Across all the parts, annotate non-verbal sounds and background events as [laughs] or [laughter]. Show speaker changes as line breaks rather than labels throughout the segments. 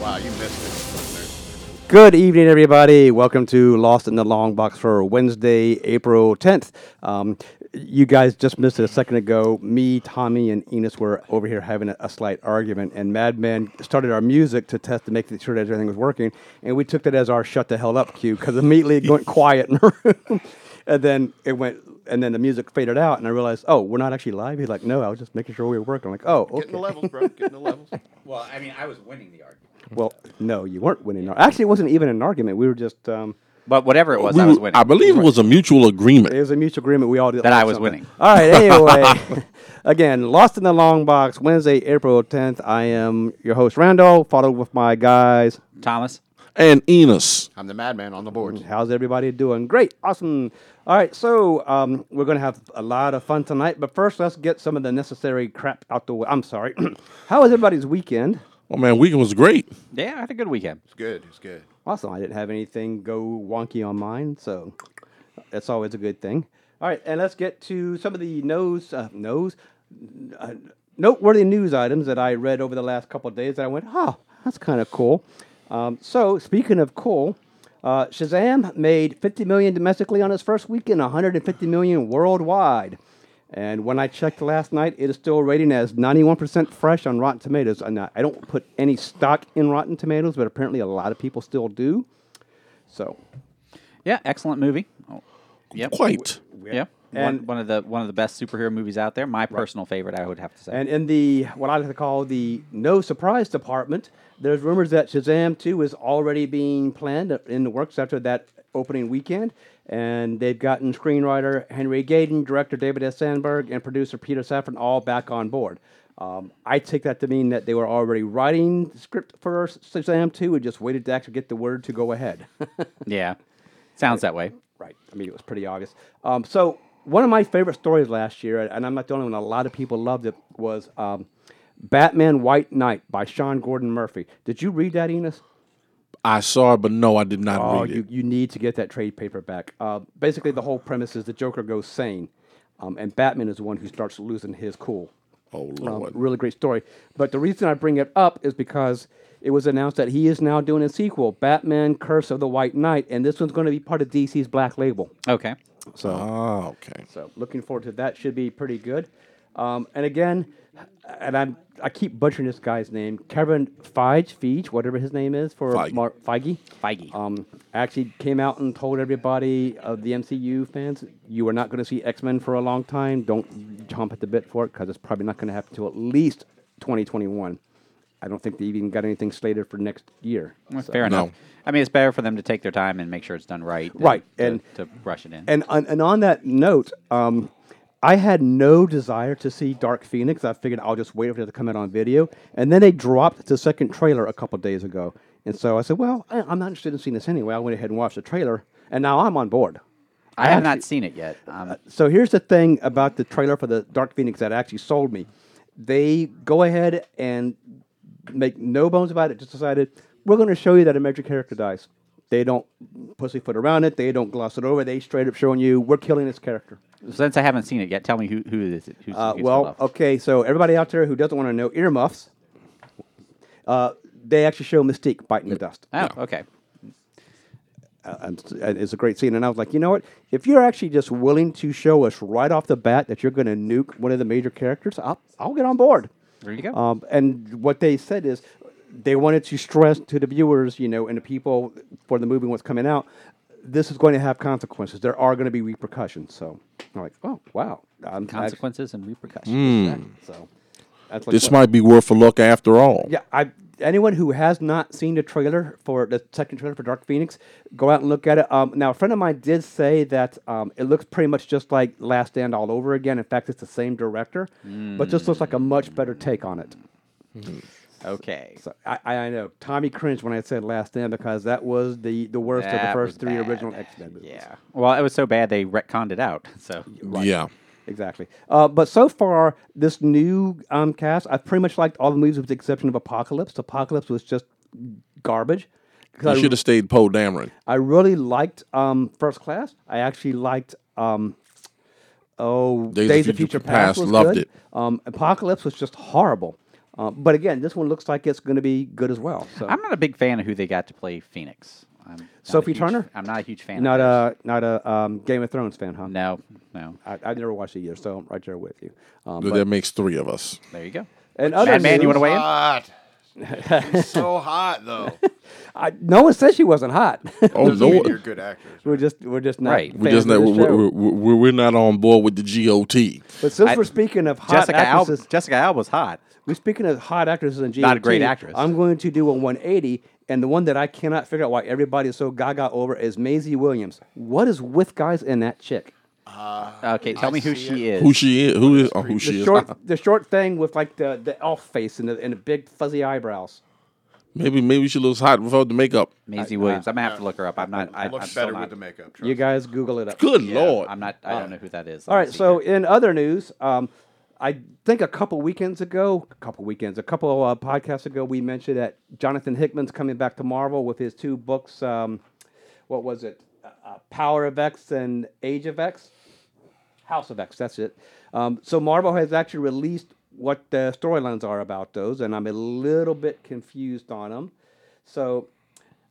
Wow, you missed it.
Good evening, everybody. Welcome to Lost in the Long Box for Wednesday, April 10th. Um, you guys just missed it a second ago. Me, Tommy, and Enos were over here having a, a slight argument, and Madman started our music to test to make sure that everything was working, and we took that as our shut the hell up cue because immediately it went quiet in the room. [laughs] And then it went, and then the music faded out, and I realized, oh, we're not actually live. He's like, no, I was just making sure we were working. I'm like, oh, okay.
Getting the levels, bro. Getting the levels.
Well, I mean, I was winning the argument.
Well, no, you weren't winning. an ar- Actually, it wasn't even an argument. We were just. Um,
But whatever it was,
We
I was
were-
winning.
I believe it was a mutual agreement.
It was a mutual agreement. We all did
That
like
I was
something.
winning.
All
[laughs]
right. Anyway, [laughs] again, Lost in the Long Box, Wednesday, April 10th. I am your host, Randall, followed with my guys.
Thomas.
And Enos,
[laughs] I'm the madman on the board.
Mm-hmm.
How's everybody doing? Great. Awesome. All right. So um, we're going to have a lot of fun tonight. But first, let's get some of the necessary crap out the way. I'm sorry. [clears throat] How was everybody's weekend?
oh man, weekend was great.
Yeah, I had a good weekend.
It's good. It's good.
Awesome. I didn't have anything go wonky on mine, so that's always a good thing. All right, and let's get to some of the nose, uh, nose, uh, noteworthy news items that I read over the last couple of days that I went, oh, that's kind of cool. Um, so, speaking of cool, uh, Shazam made 50 million domestically on its first weekend, 150 million worldwide. And when I checked last night, it is still rating as 91% fresh on Rotten Tomatoes. And I I don't put any stock in Rotten Tomatoes, but apparently a lot of people still do. So,
Yeah, excellent movie. Oh, yep.
Quite.
Yeah.
And-
one, one of the one of the best superhero movies out there. My personal favorite, I would have to say.
and in the what I like to call the no surprise department, there's rumors that Shazam 2 is already being planned in the works after that opening weekend. And they've gotten screenwriter Henry Gayden, director David S. Sandberg, and producer Peter Safran all back on board. Um, I take that to mean that they were already writing the script for Shazam 2 and just waited to actually get the word to go ahead. [laughs]
yeah, sounds that way.
Right. I mean, it was pretty obvious. Um, so one of my favorite stories last year, and I'm not the only one. A lot of people loved it. Was um, Batman White Knight by Sean Gordon Murphy. Did you read that, Enos?
I saw it, but no, I did not
Oh,
read
you,
it.
you need to get that trade paperback. Uh, basically, the whole premise is the Joker goes sane, um, and Batman is the one who starts losing his cool.
Oh
Um,
lord.
really great story. But the reason I bring it up is because it was announced that he is now doing a sequel, Batman Curse of the White Knight, and this one's going to be part of DC's Black Label.
Okay.
So
Ah, okay.
So looking forward to that. Should be pretty good. Um, and again, and I'm I keep butchering this guy's name, Kevin Feige, Feige, whatever his name is for
Feige.
Mar- Feige.
Feige.
Um, actually came out and told everybody of the MCU fans, you are not going to see X Men for a long time. Don't jump at the bit for it because it's probably not going to happen until at least 2021. I don't think they even got anything slated for next year.
Well,
So-
Fair
No.
enough. I mean, it's better for them to take their time and make sure it's done right. than
Right,
To,
and-
to rush it in.
And on, and on that note, um, I had no desire to see Dark Phoenix. I figured I'll just wait for it to come out on video. And then they dropped the second trailer a couple days ago. And so I said, well, I, I'm not interested in seeing this anyway. I went ahead and watched the trailer, and now I'm on board.
I have not seen it yet. Um,
So here's the thing about the trailer for the Dark Phoenix that actually sold me. They go ahead and make no bones about it. Just decided we're going to show you that a major character dies. They don't pussyfoot around it. They don't gloss it over. They straight up showing you we're killing this character.
since I haven't seen it yet, tell me who who is it? Who's,
Uh,
who's
well,
involved.
okay, so everybody out there who doesn't want to know earmuffs, uh, they actually show Mystique biting the dust.
Oh, okay.
Uh, and s- and it's a great scene. And I was like, you know what? If you're actually just willing to show us right off the bat that you're going to nuke one of the major characters, I'll, I'll get on board.
There you go.
Um, and what they said is they wanted to stress to the viewers, you know, and the people for the movie what's coming out, this is going to have consequences. There are going to be repercussions. So I'm like, oh, wow. I'm act-
Consequences and repercussions.
Mm. So that's like
Hmm. This
what-
might be worth a look after all.
Yeah, I anyone who has not seen the trailer for the second trailer for Dark Phoenix, go out and look at it. Um, now, a friend of mine did say that um, it looks pretty much just like Last Stand all over again. In fact, it's the same director, but just looks like a much better take on it.
Okay.
So I, I I know Tommy cringed when I said Last Stand because that was the the worst of
That
the
was
first three
bad.
original X Men movies.
Yeah. Well, it was [laughs] so bad they retconned it out. So
Yeah.
Exactly. Uh, but so far, this new um, cast, I've pretty much liked all the movies with the exception of Apocalypse. Apocalypse was just garbage. 'Cause I-
You should have stayed Poe Dameron.
I really liked um, First Class. I actually liked um, oh Days, of Future, Past. was
loved
good.
it.
Um, Apocalypse was just horrible. Uh, but again, this one looks like it's going to be good as well. So
I'm not a big fan of who they got to play Phoenix. I'm not a
Sophie
huge-
Turner?
I'm not a huge fan.
not
of hers.
a not a um, Game of Thrones fan, huh?
no, no.
I, I've never watched it either, so I'm right there with you. Um,
That makes three of us.
There you go.
and other
Madman, you
news-
want to weigh in?
Hot.
[laughs]
She's so hot though.
I, no one said she wasn't hot.
Oh
Doesn't mean
Lord,
you're good actors.
[laughs] we're just we're just not
Right.
we
fans
just
of
not,
the
we're,
show.
we're, we're, we're not on board with the GOT.
But since
I-
we're speaking of hot
Jessica Alba.
actresses,
Jessica Alba's hot.
We're speaking of hot actresses and GOT,
Not a great actress.
I'm going to do a 180, and the one that I cannot figure out why everybody is so gaga over is Maisie Williams. What is with guys in that chick?
Okay, tell me who
see
she is.
Who she is? Who is? Oh, who
The
she
[laughs]
is?
short, the short thing with like the, the elf face and the, and the big fuzzy eyebrows.
[laughs] Maybe maybe she looks hot without the makeup.
Maisie
uh,
Williams. I'm gonna have to look her up. I'm not. I,
Looks
I'm still
better
not,
with the makeup.
You
Trust.
guys Google it up.
Good
yeah,
lord!
I'm not. I don't know who that is.
All right. So in other news, um, I think a couple weekends ago, a couple weekends, a couple uh, podcasts ago, we mentioned that Jonathan Hickman's coming back to Marvel with his two books. Um, what was it? Uh, uh, Power of X and Age of X, House of X. That's it. Um, so Marvel has actually released what the storylines are about those, and I'm a little bit confused on them. So,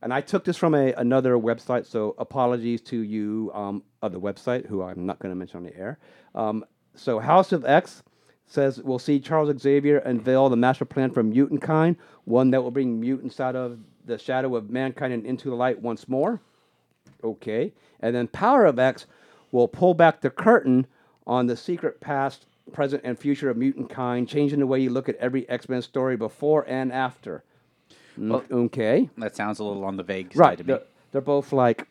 and I took this from a, another website, so apologies to you um, of the website, who I'm not going to mention on the air. Um, so, House of X says we'll see Charles Xavier unveil the master plan for mutant kind, one that will bring mutants out of the shadow of mankind and into the light once more. Okay. And then Power of X will pull back the curtain on the secret past, present, and future of mutant kind, changing the way you look at every X Men story before and after. Mm, okay.
that sounds a little on the vague side
Right.
to me.
They're, they're both like,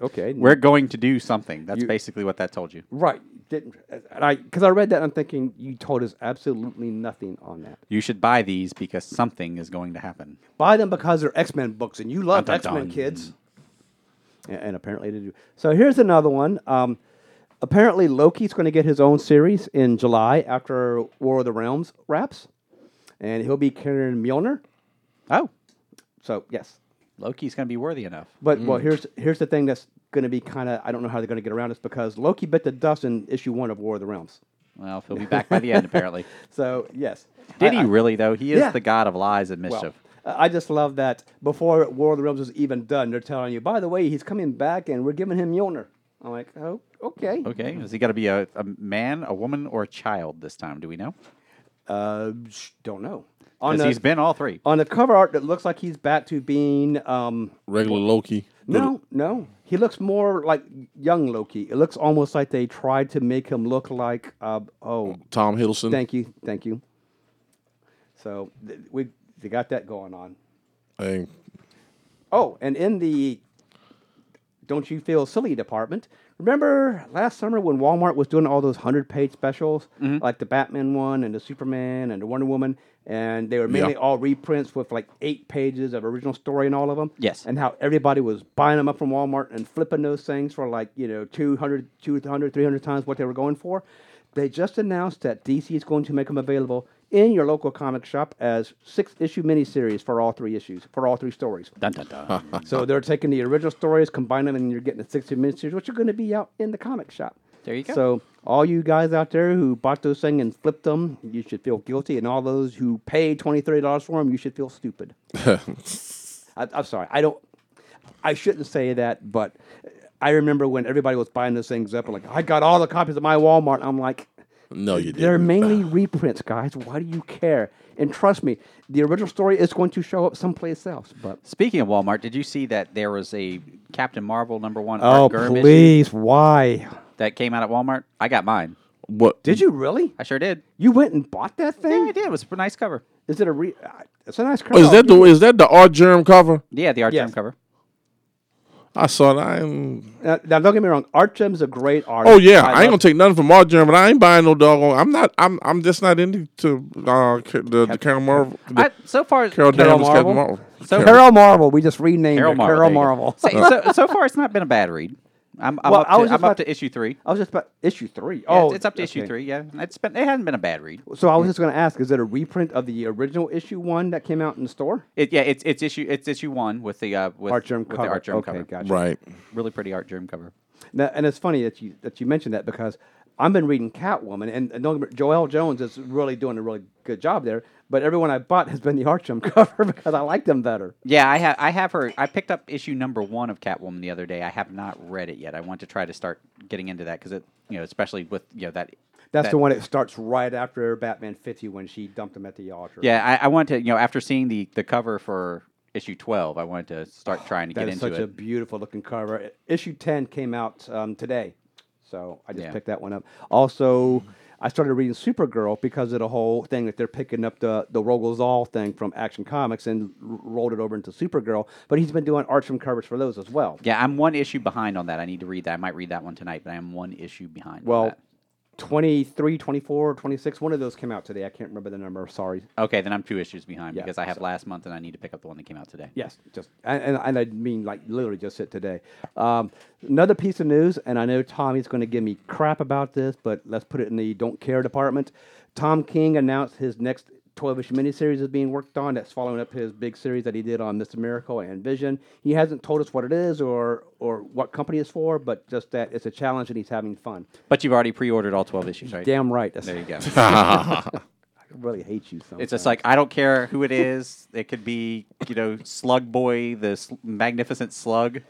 okay. n-
We're going to do something. That's basically what that told you.
Right. Didn't, and I, because I read that, I'm thinking, you told us absolutely nothing on that.
You should buy these because something is going to happen.
Buy them because they're X Men books, and you love
Dun,
X
dun,
Men
dun.
kids. A- And, apparently they do. So here's another one. Um, apparently Loki's going to get his own series in July after War of the Realms wraps, and he'll be carrying Mjolnir.
Oh,
So yes,
Loki's going to be worthy enough.
but well, here's here's the thing that's going to be kind of I don't know how they're going to get around this because Loki bit the dust in issue one of War of the Realms.
Well, he'll be back by
[laughs]
the end, apparently.
So yes,
Did
I-
he really, though? He is
Yeah.
the god of lies and mischief.
Well, I I just love that before War of the Realms is even done, they're telling you, by the way, he's coming back and we're giving him Mjolnir. I'm like, oh, okay.
okay. Is he going to be a, a man, a woman, or a child this time? Do we know?
Uh, sh- don't know. On
Because
the,
he's been all three.
on the cover art, it looks like he's back to being. Um,
Regular Loki.
no, no. He looks more like young Loki. It looks almost like they tried to make him look like. Uh, oh,
Tom Hiddleston.
thank you, thank you. So th- we they got that going on.
Hey,
Oh, and in the don't you feel silly department, remember last summer when Walmart was doing all those 100 page specials, like the Batman one and the Superman and the Wonder Woman, and they were mainly all reprints with like eight pages of original story in all of them?
Yes.
And how everybody was buying them up from Walmart and flipping those things for like, you know, 200, 200, 300 times what they were going for. They just announced that DC is going to make them available in your local comic shop as six issue miniseries for all three issues, for all three stories.
Dun, dun, dun.
So they're taking the original stories, combining them, and you're getting the 60 minute series, which are going to be out in the comic shop.
There you go.
So all you guys out there who bought those things and flipped them, you should feel guilty. And all those who paid $20, $30 for them, you should feel
[laughs]
stupid. I, I'm sorry. I don't. I shouldn't say that, but I remember when everybody was buying those things up and like, I got all the copies of my Walmart. I'm like,
no, you
they're
[sighs]
didn't.
mainly reprints, guys. Why do you care? And trust me, the original story is going to show up someplace else. But
Speaking of Walmart, did you see that there was a Captain Marvel number one
Oh,
Art Gurm issue
please. Why?
that came out at Walmart? I got mine.
What
Did you really?
I sure did.
You went and bought that
Yeah,
thing?
I did. It was a nice cover.
Is it a re? uh, It's a nice cover.
Oh, is that the is that the art germ cover?
Yeah, the Art
Yes.
Germ cover.
I saw that. I ain't,
now, now, don't get me wrong. Art Gem's a great artist.
oh yeah, I, ain't gonna
love-
take nothing from art germ, but I ain't buying no doggone. I'm not. I'm. I'm just not into to, uh, ca- the, the Carol Marvel. The
I, so far,
Carol Danvers
Marvel?
Captain Marvel.
So-
Carol-
Carol Marvel. We just renamed
Carol
it
Marvel.
Carol
there you
[laughs]
go.
Marvel.
So, so, so far, it's not been a bad read. I'm, I'm
Well,
up,
I
to,
was just
I'm up
about-
to issue three.
I was just about issue three.
Yeah,
oh,
it's, it's up to issue
okay.
three. Yeah, it's been it hasn't been a bad read.
So I was just going to ask: Is it a reprint of the original issue one that came out in the store?
It, yeah, it's it's issue it's issue one with the uh, with,
Art germ
with
cover.
the art germ
okay,
cover.
gotcha.
Right.
Really pretty art germ cover.
Now, and it's funny that you that you mentioned that because I've been reading Catwoman, and, and don't get me- Joelle Jones is really doing a really good job there. But everyone I bought has been the [laughs] Archum cover because I like them better.
Yeah, I have I have her. I picked up issue number one of Catwoman the other day. I have not read it yet. I want to try to start getting into that because it you know especially with you know that.
That's
that-
the one that starts right after Batman 50 when she dumped him at the altar.
Yeah, I, I want to you know after seeing the the cover for issue twelve, I wanted to
[sighs]
start trying to
that
get
is
into
such
it.
a beautiful looking cover. I- Issue 10 came out um, today, so I just
Yeah.
picked that one up. Also, I started reading Supergirl because of the whole thing that they're picking up the the Rogozal thing from Action Comics and r- rolled it over into Supergirl. But he's been doing arts from covers for those as well.
yeah, I'm one issue behind on that. I need to read that. I might read that one tonight, but I am one issue behind. on
Well,
that.
23, 24, 26, one of those came out today. I can't remember the number. Sorry.
Okay, then I'm two issues behind
Yeah,
because I have last month and I need to pick up the one that came out today.
Yes, just and, and, and I mean like literally just it today. Um, another piece of news, and I know Tommy's going to give me crap about this, but let's put it in the don't care department. Tom King announced his next 12-ish miniseries is being worked on. That's following up his big series that he did on Mr. Miracle and Vision. He hasn't told us what it is or or what company it's for, but just that it's a challenge and he's having fun.
But you've already pre-ordered all twelve issues, right?
Damn right. That's,
There you go.
[laughs] I really hate you. Sometimes.
It's just like I don't care who it is. It could be you know Slug Boy, the sl- magnificent slug.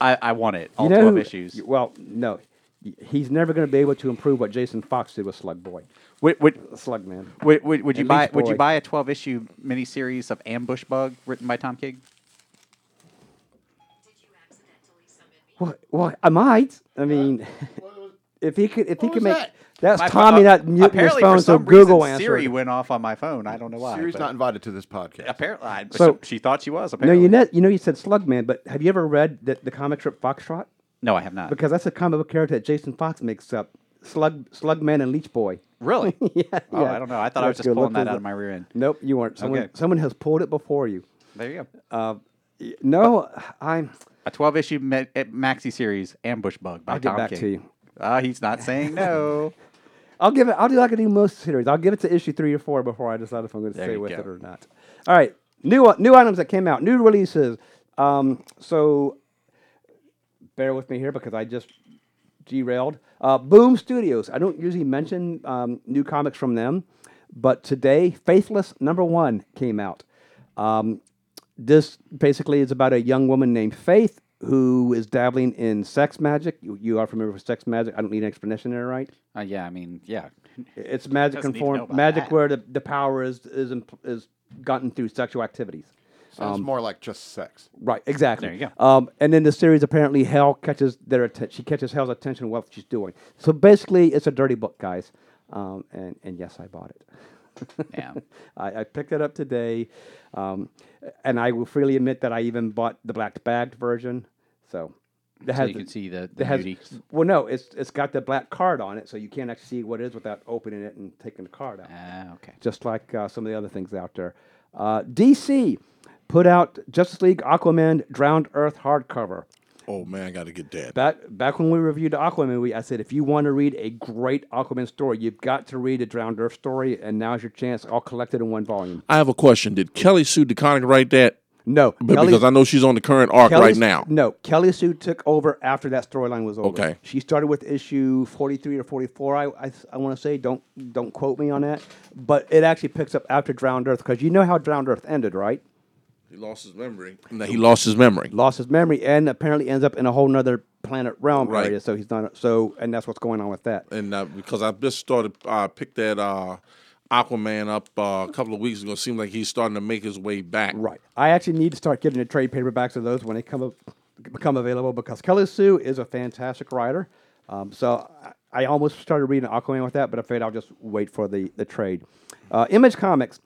I, I want it. All
You know
twelve
who-
issues.
Well, no. Y- He's never going to be able to improve what Jason Fox did with Slug Boy.
Would, would,
Slug Man.
would, would, would you
At
buy
least
Would you
boy.
buy a twelve issue miniseries of Ambush Bug written by Tom King?
Did you accidentally summon me?
Well, well, I might. I mean, [laughs] if he could, if he
What
could
was
make
that?
that's
My pho-
Tommy
uh,
not muting his
apparently for
phone, so
some
Google
reason,
answered.
Siri went off on my phone. I don't know why.
Siri's
but
not invited to this podcast.
Apparently, I-
So-
she thought she was.
No,
Apparently,
you know, you know, you said Slugman, but have you ever read the, the comic strip Foxtrot?
No, I have not.
Because that's a comic book character that Jason Fox makes up, Slug Slugman and Leech Boy.
Really?
[laughs] yeah,
Oh,
yeah.
I don't know. I thought I was
Let's
just
go look
pulling that
those
out
up.
of my rear end.
Nope, you weren't. Someone,
Okay.
someone has pulled it before you.
There you go.
Uh, y- no, I'm.
A 12 issue ma- eh, maxi series, Ambush Bug by
I'll get
Tom
back
King.
to you.
Ah, he's not saying
[laughs]
Oh.
no.
I'll give it. I'll do like I do most series. I'll give it to issue three or four before I decide if I'm going to
There
stay
you
with
go.
it or not. All right, new new items that came out, new releases. Um, so bear with me here because I just derailed. Uh, Boom Studios. I don't usually mention um, new comics from them, but today, Faithless number one came out. Um, this basically is about a young woman named Faith who is dabbling in sex magic. You, you are familiar with sex magic. I don't need an explanation there, right?
Uh, yeah, I mean, yeah.
It's magic
Doesn't
and
need to know
form
about
magic
that.
where the, the power is is imp- is gotten through sexual activities.
Sounds
Um,
more like just sex.
Right, exactly.
There you
go. Um, and then the series apparently Hell catches their atten- she catches Hell's attention while she's doing. So basically, it's a dirty book, guys. Um, and and yes, I bought it. [laughs]
Yeah.
I, I picked it up today, um, and I will freely admit that I even bought the black bagged version. So that
so
has
you
the-
can see the, the
that has,
beauty.
well, no, it's it's got the black card on it, so you can't actually see what it is without opening it and taking the card out
Ah, okay.
just like uh, some of the other things out there. Uh, DC put out Justice League Aquaman Drowned Earth hardcover.
Oh man, I gotta get that.
Back back when we reviewed the Aquaman, we I said if you want to read a great Aquaman story, you've got to read a Drowned Earth story, and now's your chance, all collected in one volume.
I have a question. Did Kelly Sue DeConnick write that?
No,
But
Kelly-
because I know she's on the current arc
Kelly
right
Sue-
now.
No, Kelly Sue took over after that storyline was over.
Okay.
she started with issue forty-three or forty-four. I I, I want to say don't don't quote me on that, but it actually picks up after Drowned Earth because you know how Drowned Earth ended, right?
He lost his memory. No, he lost his memory.
lost his memory and apparently ends up in a whole nother planet realm
Right.
area. So he's not so, and that's what's going on with that.
and uh, because I just started, I picked that uh, Aquaman up uh, a couple of weeks ago. It seemed like he's starting to make his way back.
Right. I actually need to start getting the trade paperbacks of those when they come up, become available because Kelly Sue is a fantastic writer. Um, so I, I almost started reading Aquaman with that, but I figured I'll just wait for the the trade. Uh, Image Comics,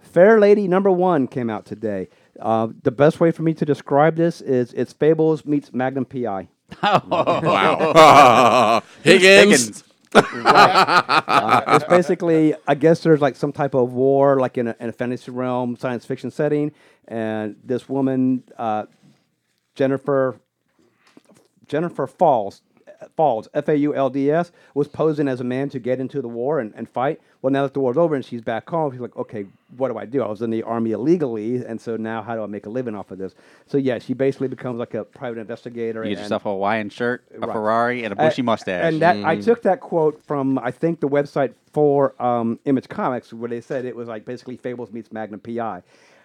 Fair Lady number one came out today. Uh, the best way for me to describe this is it's Fables meets Magnum PI.
Wow. Higgins.
Higgins.
Uh, it's basically, I guess there's like some type of war, like in a, in a fantasy realm, science fiction setting, and this woman, uh, Jennifer Jennifer Falls, Falls, F A U L D S, was posing as a man to get into the war and, and fight. Well, now that the war's over and she's back home, she's like, okay, what do I do? I was in the army illegally, and so now how do I make a living off of this? So, yeah, she basically becomes like a private investigator.
You get
and-
yourself a Hawaiian shirt, a
Right.
Ferrari, and a
uh,
bushy mustache.
And that
Mm.
I took that quote from I think the website for um, Image Comics where they said it was like basically Fables meets Magnum PI.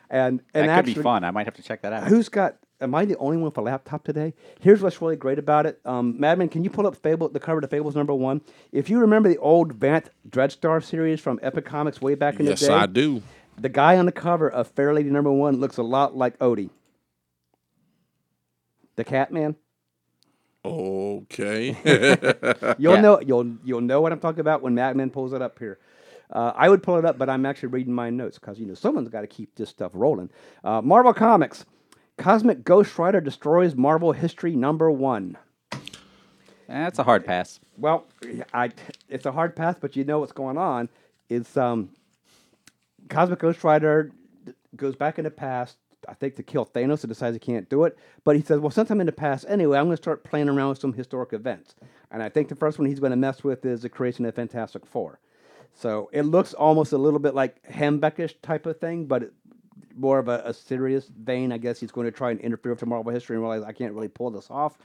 And and
that
actually,
could be fun. I might have to check that out.
Who's got? Am I the only one with a laptop today? Here's what's really great about it. Um, Madman, can you pull up Fable, the cover to Fables number one? If you remember the old Vant Dreadstar series from Epic Comics way back in the
Yes,
day,
I do.
The guy on the cover of Fair Lady number one looks a lot like Odie, the Catman.
Okay.
You'll
Yeah.
know you'll you'll know what I'm talking about when Madman pulls it up here. Uh, I would pull it up, but I'm actually reading my notes because you know someone's got to keep this stuff rolling. Uh, Marvel Comics, Cosmic Ghost Rider destroys Marvel history number one.
That's a hard pass.
Well, I it's a hard pass, but you know what's going on. It's um, Cosmic Ghost Rider d- goes back in the past, I think, to kill Thanos and decides he can't do it. But he says, well, since I'm in the past anyway, I'm going to start playing around with some historic events. And I think the first one he's going to mess with is the creation of Fantastic Four. So it looks almost a little bit like Hambeckish type of thing, but it, more of a, a serious vein. I guess he's going to try and interfere with Marvel history and realize I can't really pull this off.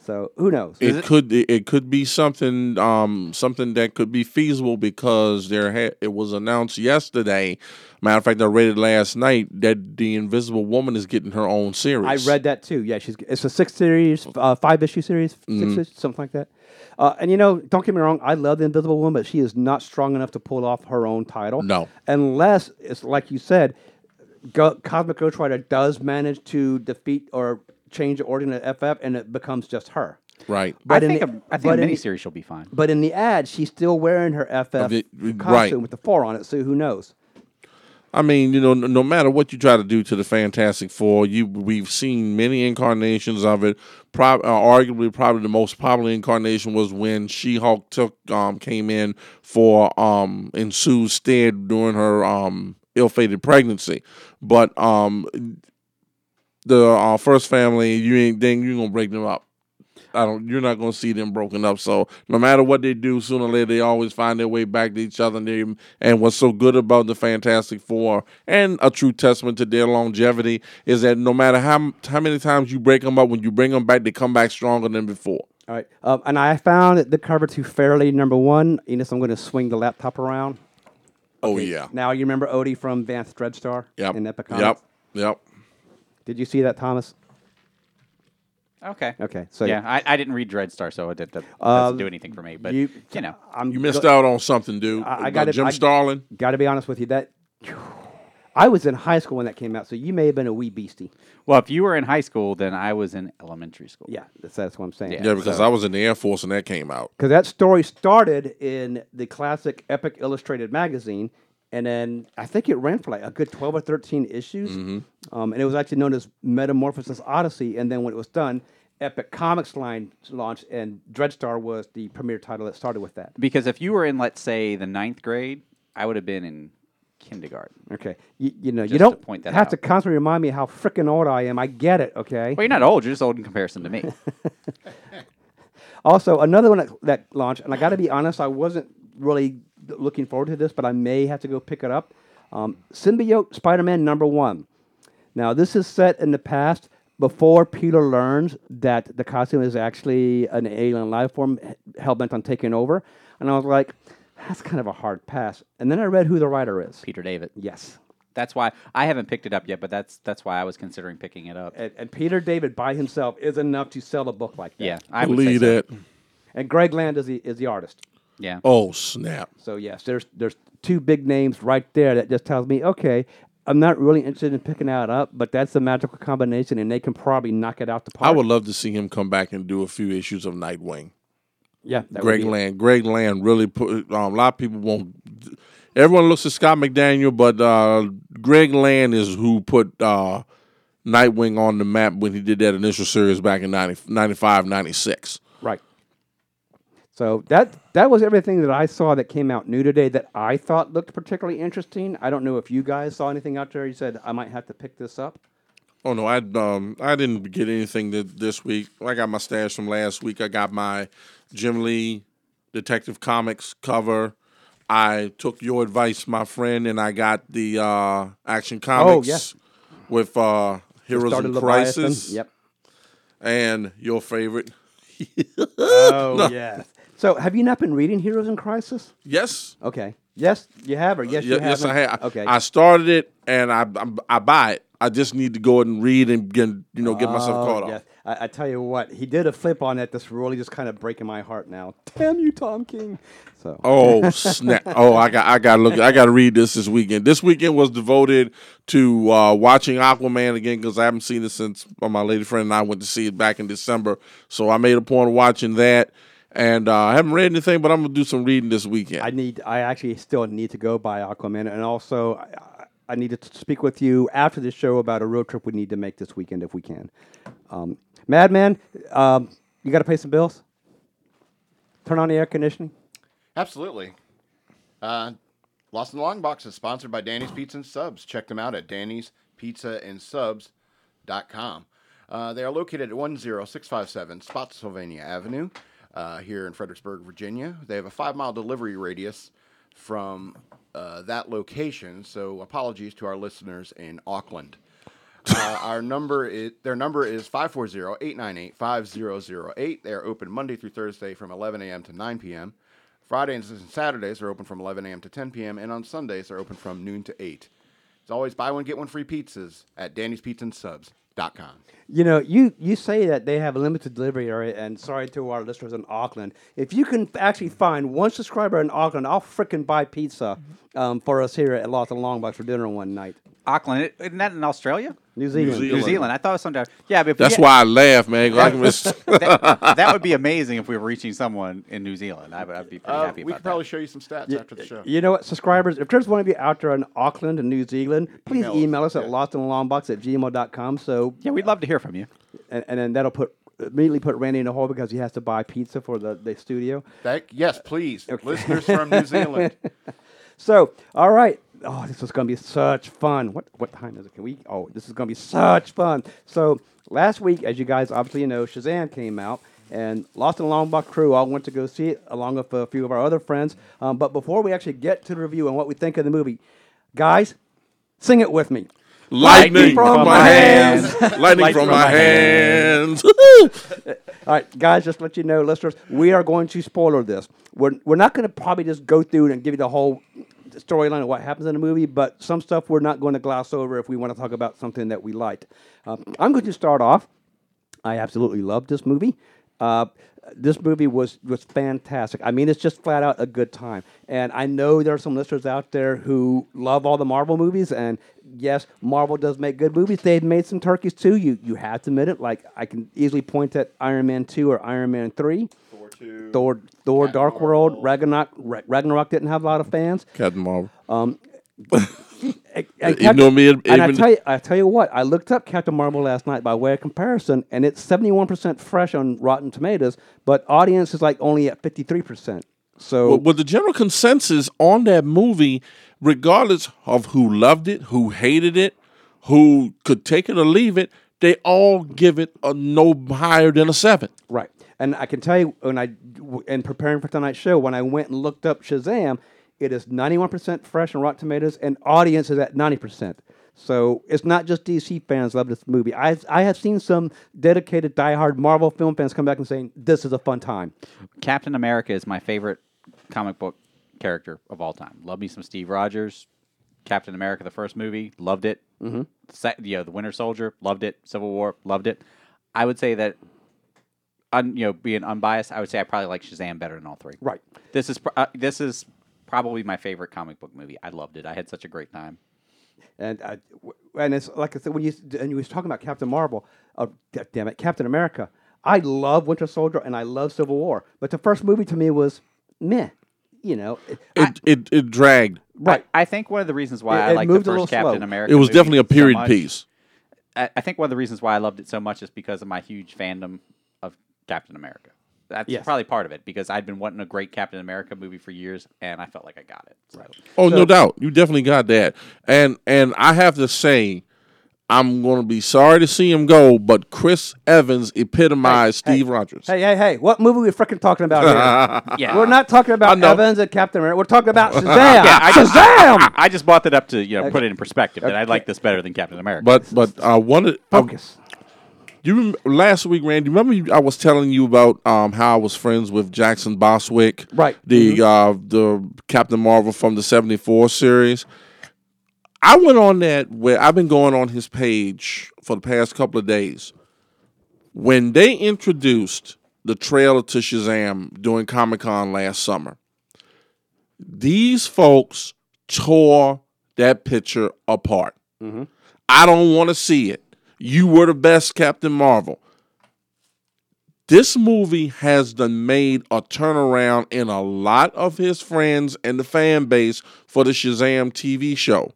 So who knows?
it, could it, it could be something um something that could be feasible because there ha- it was announced yesterday. Matter of fact, I read it last night that the Invisible Woman is getting her own series.
I read that too. Yeah, she's it's a six series, uh, five issue series, 6
Mm-hmm.
issues, something like that. Uh, and you know, don't get me wrong, I love the Invisible Woman, but she is not strong enough to pull off her own title.
No.
unless it's like you said, Go- Cosmic Ghost Rider does manage to defeat or change the origin of FF, and it becomes just her.
right.
I
But in
think,
the-
a, I think
but
a
in-
miniseries will be fine.
But in the ad, she's still wearing her FF
the-
costume
right.
with the four on it. So who knows?
I mean, you know, n- no matter what you try to do to the Fantastic Four, you we've seen many incarnations of it. Prob- uh, arguably, probably the most popular incarnation was when She-Hulk took um, came in for um, in Sue's stead during her um, ill-fated pregnancy. But um, the uh, first family, you ain't dang, you gonna break them up. I don't. You're not gonna see them broken up. So no matter what they do, sooner or later they always find their way back to each other. And, they, and what's so good about the Fantastic Four and a true testament to their longevity is that no matter how m- how many times you break them up, when you bring them back, they come back stronger than before.
All right, um, and I found the cover to Fairly number one. Enos, I'm going to swing the laptop around.
Oh yeah.
Now you remember Odie from Vance Dreadstar
Yep.
in Epic
Yep.
Comics?
Yep.
Did you see that, Thomas?
Okay.
Okay, so-
yeah, I, I didn't read Dreadstar, so it did, that
Um,
doesn't do anything for me. But you, know,
I'm
You missed out on something, dude.
I- I got
Uh,
it.
Jim
I-
Starlin.
Got to be honest with you, that I was in high school when that came out, so you may have been a wee beastie.
well, if you were in high school, then I was in elementary school.
Yeah, that's, that's what I'm saying.
Yeah, because I was in the Air Force and that came out.
because that story started in the classic Epic Illustrated magazine, and then I think it ran for like a good twelve or thirteen issues,
Mm-hmm.
um, and it was actually known as Metamorphosis Odyssey. And then when it was done, Epic Comics line launched, and Dreadstar was the premier title that started with that.
Because if you were in, let's say, the ninth grade, I would have been in kindergarten.
Okay, you, you know you
Just to
don't
point that
have to
out.
constantly remind me how freaking old I am. I get it. Okay.
Well, you're not old. You're just old in comparison to me.
[laughs]
Also, another one that, that launched, and I got to be honest, I wasn't really looking forward to this, but I may have to go pick it up. Um, Symbiote Spider-Man number one. Now, this is set in the past before Peter learns that the costume is actually an alien life form hell bent on taking over, and I was like, that's kind of a hard pass. And then I read who the writer is.
Peter David.
Yes.
That's why I haven't picked it up yet, but that's that's why I was considering picking it up.
Uh,
And, and Peter David by himself is enough to sell a book like that.
yeah, I would say
Believe
so.
that.
And Greg Land is the, is the artist.
Yeah.
Oh snap.
So yes, there's there's two big names right there that just tells me, okay, I'm not really interested in picking that up, but that's a magical combination, and they can probably knock it out the
I
park.
would love to see him come back and do a few issues of Nightwing.
yeah, that would
Greg
be-
Land. Greg Land really put. Um, a lot of people won't. Everyone looks at Scott McDaniel, but uh, Greg Land is who put uh, Nightwing on the map when he did that initial series back in 90, 95, 96.
right. So that that was everything that I saw that came out new today that I thought looked particularly interesting. I don't know if you guys saw anything out there. You said I might have to pick this up.
Oh no, I um I didn't get anything that this week. I got my stash from last week. I got my Jim Lee Detective Comics cover. I took your advice, my friend, and I got the uh, Action Comics
Oh, yes.
with uh, Heroes
Started
in
Leviathan.
Crisis
Yep.
and your favorite.
Oh [laughs] yes. So have you not been reading Heroes in Crisis?
Yes,
Okay. Yes, you have, or yes,
Ye-
you have.
yes, I have.
Okay.
I started it and I, I I buy it. I just need to go and read and get, you know get myself caught
Oh,
up.
yes. I, I tell you what, he did a flip on that that's really just kind of breaking my heart now. Damn you, Tom King. So [laughs]
Oh snap! Oh, I got I got to look. I got to read this this weekend. This weekend was devoted to uh, watching Aquaman again because I haven't seen it since uh, my lady friend and I went to see it back in December. So I made a point of watching that, and uh, I haven't read anything, but I'm gonna do some reading this weekend.
I need. I actually still need to go buy Aquaman, and also I, I- I need to t- speak with you after the show about a road trip we need to make this weekend if we can. Um, Madman, um, you got to pay some bills. Turn on the air conditioning.
Absolutely. Uh, Lost in the Long Box is sponsored by Danny's Pizza and Subs. Check them out at Danny's Pizza and Subs.com. Uh, they are located at 10657 Spotsylvania Avenue uh, here in Fredericksburg, Virginia. They have a five mile delivery radius from uh, that location, so apologies to our listeners in Auckland. Uh, our number is their number is 540-898-5008. They are open Monday through Thursday from 11 a.m. to 9 p.m. Fridays and Saturdays are open from 11 a.m. to 10 p.m. and on Sundays are open from noon to 8. As always, buy one get one free pizzas at Danny's Pizza and Subs.com.
You know, you you say that they have a limited delivery area, and sorry to our listeners in Auckland. If you can f- actually find one subscriber in Auckland, I'll frickin' buy pizza um, for us here at Lost and Long Box for dinner one night.
Auckland, i- isn't that in Australia?
New Zealand.
New
Zealand.
Zealand. I thought it was sometime. Yeah, but if we
That's
had-
why I laugh, man. 'cause I can
[laughs]
miss-
that, that would be amazing if we were reaching someone in New Zealand. I would, I'd be pretty
Uh,
happy
we
about
could
that.
probably show you some stats after the show.
You know what, subscribers, if there's one of you out there in Auckland and New Zealand, please
Email us,
email us, at
yeah.
lostandalongbox at gmail.com. So,
yeah, we'd love to hear from you.
and, and then that'll put immediately put Randy in a hole because he has to buy pizza for the, the studio.
Thank, yes, please. Listeners from
[laughs]
New Zealand.
So, all right. Oh, this is going to be such fun. What what time is it? Can we? Oh, this is going to be such fun. So, last week, as you guys obviously know, Shazam came out, and Lost and Long Box crew all went to go see it, along with a few of our other friends. Um, but before we actually get to the review and what we think of the movie, guys, sing it with me.
lightning
from
from
my
my hands, [laughs] lightning from my hands.
All right, guys, just to let you know, listeners, we are going to spoiler this. We're, we're not going to probably just go through and give you the whole storyline of what happens in the movie, but some stuff we're not going to gloss over if we want to talk about something that we liked. Um, I'm going to start off. I absolutely loved this movie. Uh, this movie was was fantastic. I mean, it's just flat out a good time. And I know there are some listeners out there who love all the Marvel movies. And yes, Marvel does make good movies. They've made some turkeys too. You you have to admit it. Like I can easily point at Iron Man two or Iron Man three. Thor two. Thor Thor Dark World. Ragnarok Ra- Ragnarok didn't have a lot of fans.
[laughs] Captain Marvel.
And- and
Uh, You know me, it-
and I
even-
tell you, I tell you what, I looked up Captain Marvel last night by way of comparison, and it's seventy-one percent fresh on Rotten Tomatoes, but audience is like only at fifty-three percent. So
But with the general consensus on that movie, regardless of who loved it, who hated it, who could take it or leave it, they all give it a no higher than a seven.
Right. And I can tell you when I w- in preparing for tonight's show, when I went and looked up Shazam, it is 91% fresh on Rotten Tomatoes, and audience is at 90%. So it's not just DC fans love this movie. I I have seen some dedicated diehard Marvel film fans come back and saying this is a fun time.
Captain America is my favorite comic book character of all time. Love me some Steve Rogers. Captain America, the first movie, loved it. Mm-hmm. Se- you know, the Winter Soldier, loved it. Civil War, loved it. I would say that, un, you know, being unbiased, I would say I probably like Shazam better than all three.
Right.
This is pr- uh, this is probably my favorite comic book movie. I loved it. I had such a great time.
And I, w- and it's like I said when you and you was talking about Captain Marvel, uh, d- damn it, Captain America. I love Winter Soldier and I love Civil War, but the first movie to me was meh. You know, it-
It it, it dragged.
right?
I, I think one of the reasons why
It-
I
it
like the
moved a little
first Captain
slow.
America.
It was
movie
definitely a
so
period
much-
piece.
I, I think one of the reasons why I loved it so much is because of my huge fandom of Captain America. That's
Yes.
probably part of it because I'd been wanting a great Captain America movie for years, and I felt like I got it. So.
Oh, no doubt. You definitely got that. And and I have to say, I'm going to be sorry to see him go, but Chris Evans epitomized Steve Rogers.
Hey, hey, hey! What movie we freaking talking about here?
[laughs]
[laughs]
Yeah.
We're not talking
I
about
know.
Evans and Captain America. We're talking
[laughs]
about Shazam.
I just-
Shazam!
I just brought that up to you know put it in perspective that I like this better than Captain America.
But but uh, I wanted I,
Focus.
um, You remember, last week, Randy? Remember, you, I was telling you about um, how I was friends with Jackson Boswick,
Right. Mm-hmm.
The uh, the Captain Marvel from the '74 series. I went on that where I've been going on his page for the past couple of days. When they introduced the trailer to Shazam during Comic Con last summer, these folks tore that picture apart. I don't want to see it. You were the best Captain Marvel. This movie has done made a turnaround in a lot of his friends and the fan base for the Shazam TV show.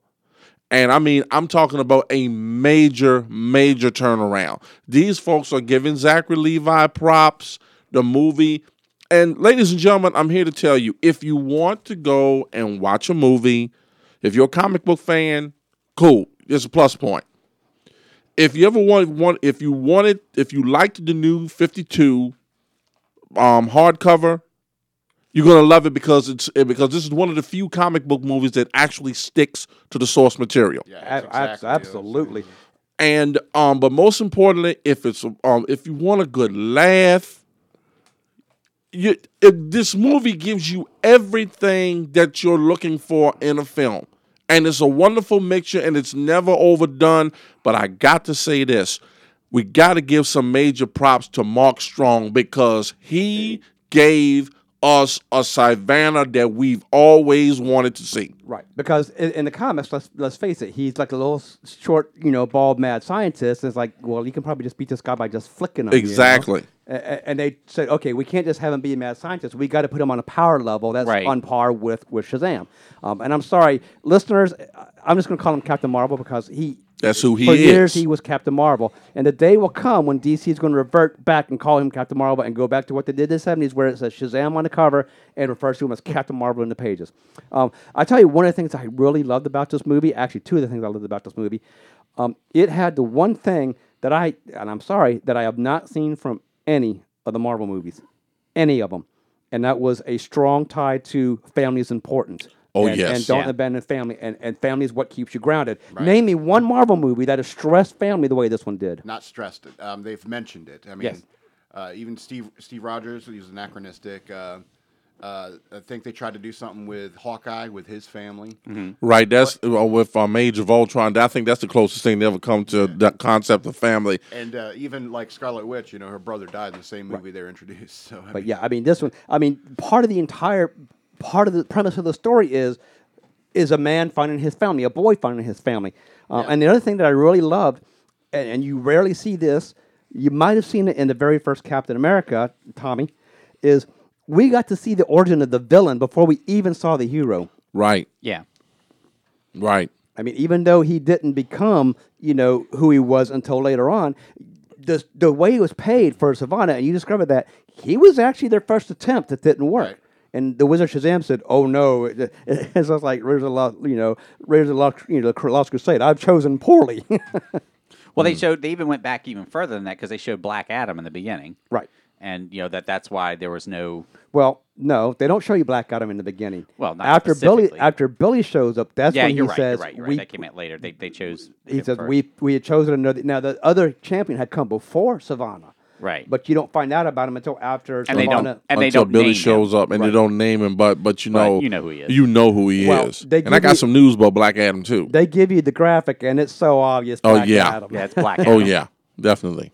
And I mean, I'm talking about a major, major turnaround. These folks are giving Zachary Levi props, the movie. And ladies and gentlemen, I'm here to tell you if you want to go and watch a movie, if you're a comic book fan, cool. It's a plus point. If you ever want, want if you wanted, if you liked the new 52 um, hardcover, you're gonna love it because it's eh, because this is one of the few comic book movies that actually sticks to the source material.
Yeah,
Ab-
that's
abs-
exactly it.
absolutely.
And um, but most importantly, if it's um, if you want a good laugh, you if this movie gives you everything that you're looking for in a film, and it's a wonderful mixture, and it's never overdone. But I got to say this: we got to give some major props to Mark Strong because he gave us a Savannah that we've always wanted to see.
Right, because in, in the comics, let's let's face it, he's like a little s- short, you know, bald mad scientist. It's like, well, you can probably just beat this guy by just flicking him. you know?
Exactly.
A- a- And they said, okay, we can't just have him be a mad scientist. We got to put him on a power level that's
Right.
on par with with Shazam. Um, and I'm sorry, listeners, I- I'm just going to call him Captain Marvel because he.
That's who he
For years,
is.
he was Captain Marvel, and the day will come when DC is going to revert back and call him Captain Marvel and go back to what they did in the '70s, where it says Shazam on the cover and refers to him as Captain Marvel in the pages. Um, I tell you, one of the things I really loved about this movie, actually, two of the things I loved about this movie, um, it had the one thing that I, and I'm sorry, that I have not seen from any of the Marvel movies, any of them, and that was a strong tie to family is important.
Oh,
and,
yes.
and don't
Yeah.
abandon family, and, and family is what keeps you grounded. Name me one Marvel movie that has stressed family the way this one did.
not stressed it. Um, they've mentioned it. I mean,
Yes.
uh, even Steve Steve Rogers, he was anachronistic. Uh, uh, I think they tried to do something with Hawkeye with his family.
Mm-hmm.
Right, that's uh, with um, Age of Ultron. I think that's the closest thing to ever come to that concept of family.
And uh, even like Scarlet Witch, you know, her brother died in the same movie they were introduced. So I
But
mean,
yeah, I mean this one. I mean part of the entire part of the premise of the story is is a man finding his family, a boy finding his family. Uh, And the other thing that I really loved, and, and you rarely see this, you might have seen it in the very first Captain America, Tommy, is we got to see the origin of the villain before we even saw the hero.
Right,
yeah,
right.
I mean, even though he didn't become, you know, who he was until later on, the the way he was paid for Savannah, and you discovered that he was actually their first attempt that didn't work.
Right.
And the Wizard Shazam said, "Oh no!" [laughs] It- it- It's just like Raiders of the Lost, you know, Raiders of the Lost, you know, the Lost Crusade. I've chosen poorly. [laughs]
Well,
Mm.
they showed they even went back even further than that because they showed Black Adam in the beginning,
Right.
And you know that that's why there was no
well, no, they don't show you Black Adam in the beginning.
Well, not
after Billy
specifically.
after Billy shows up, that's
yeah.
when he
You're right,
says,
you're right. You're right.
"We
that came out later. They they chose.
he
him
says
first.
we we had chosen another. Now the other champion had come before Savannah,
Right.
But you don't find out about him until after
and they
Savannah.
don't and they
Until
don't
Billy
name
shows
him.
up and they don't name him, but but you
But
know
you know who he is.
You know who he
Well,
is.
they
And I
give
got
you-
some news about Black Adam too.
They give you the graphic, and it's so obvious.
Oh,
Black
yeah.
Adam.
Yeah,
[laughs]
it's Black. Adam.
oh yeah, definitely.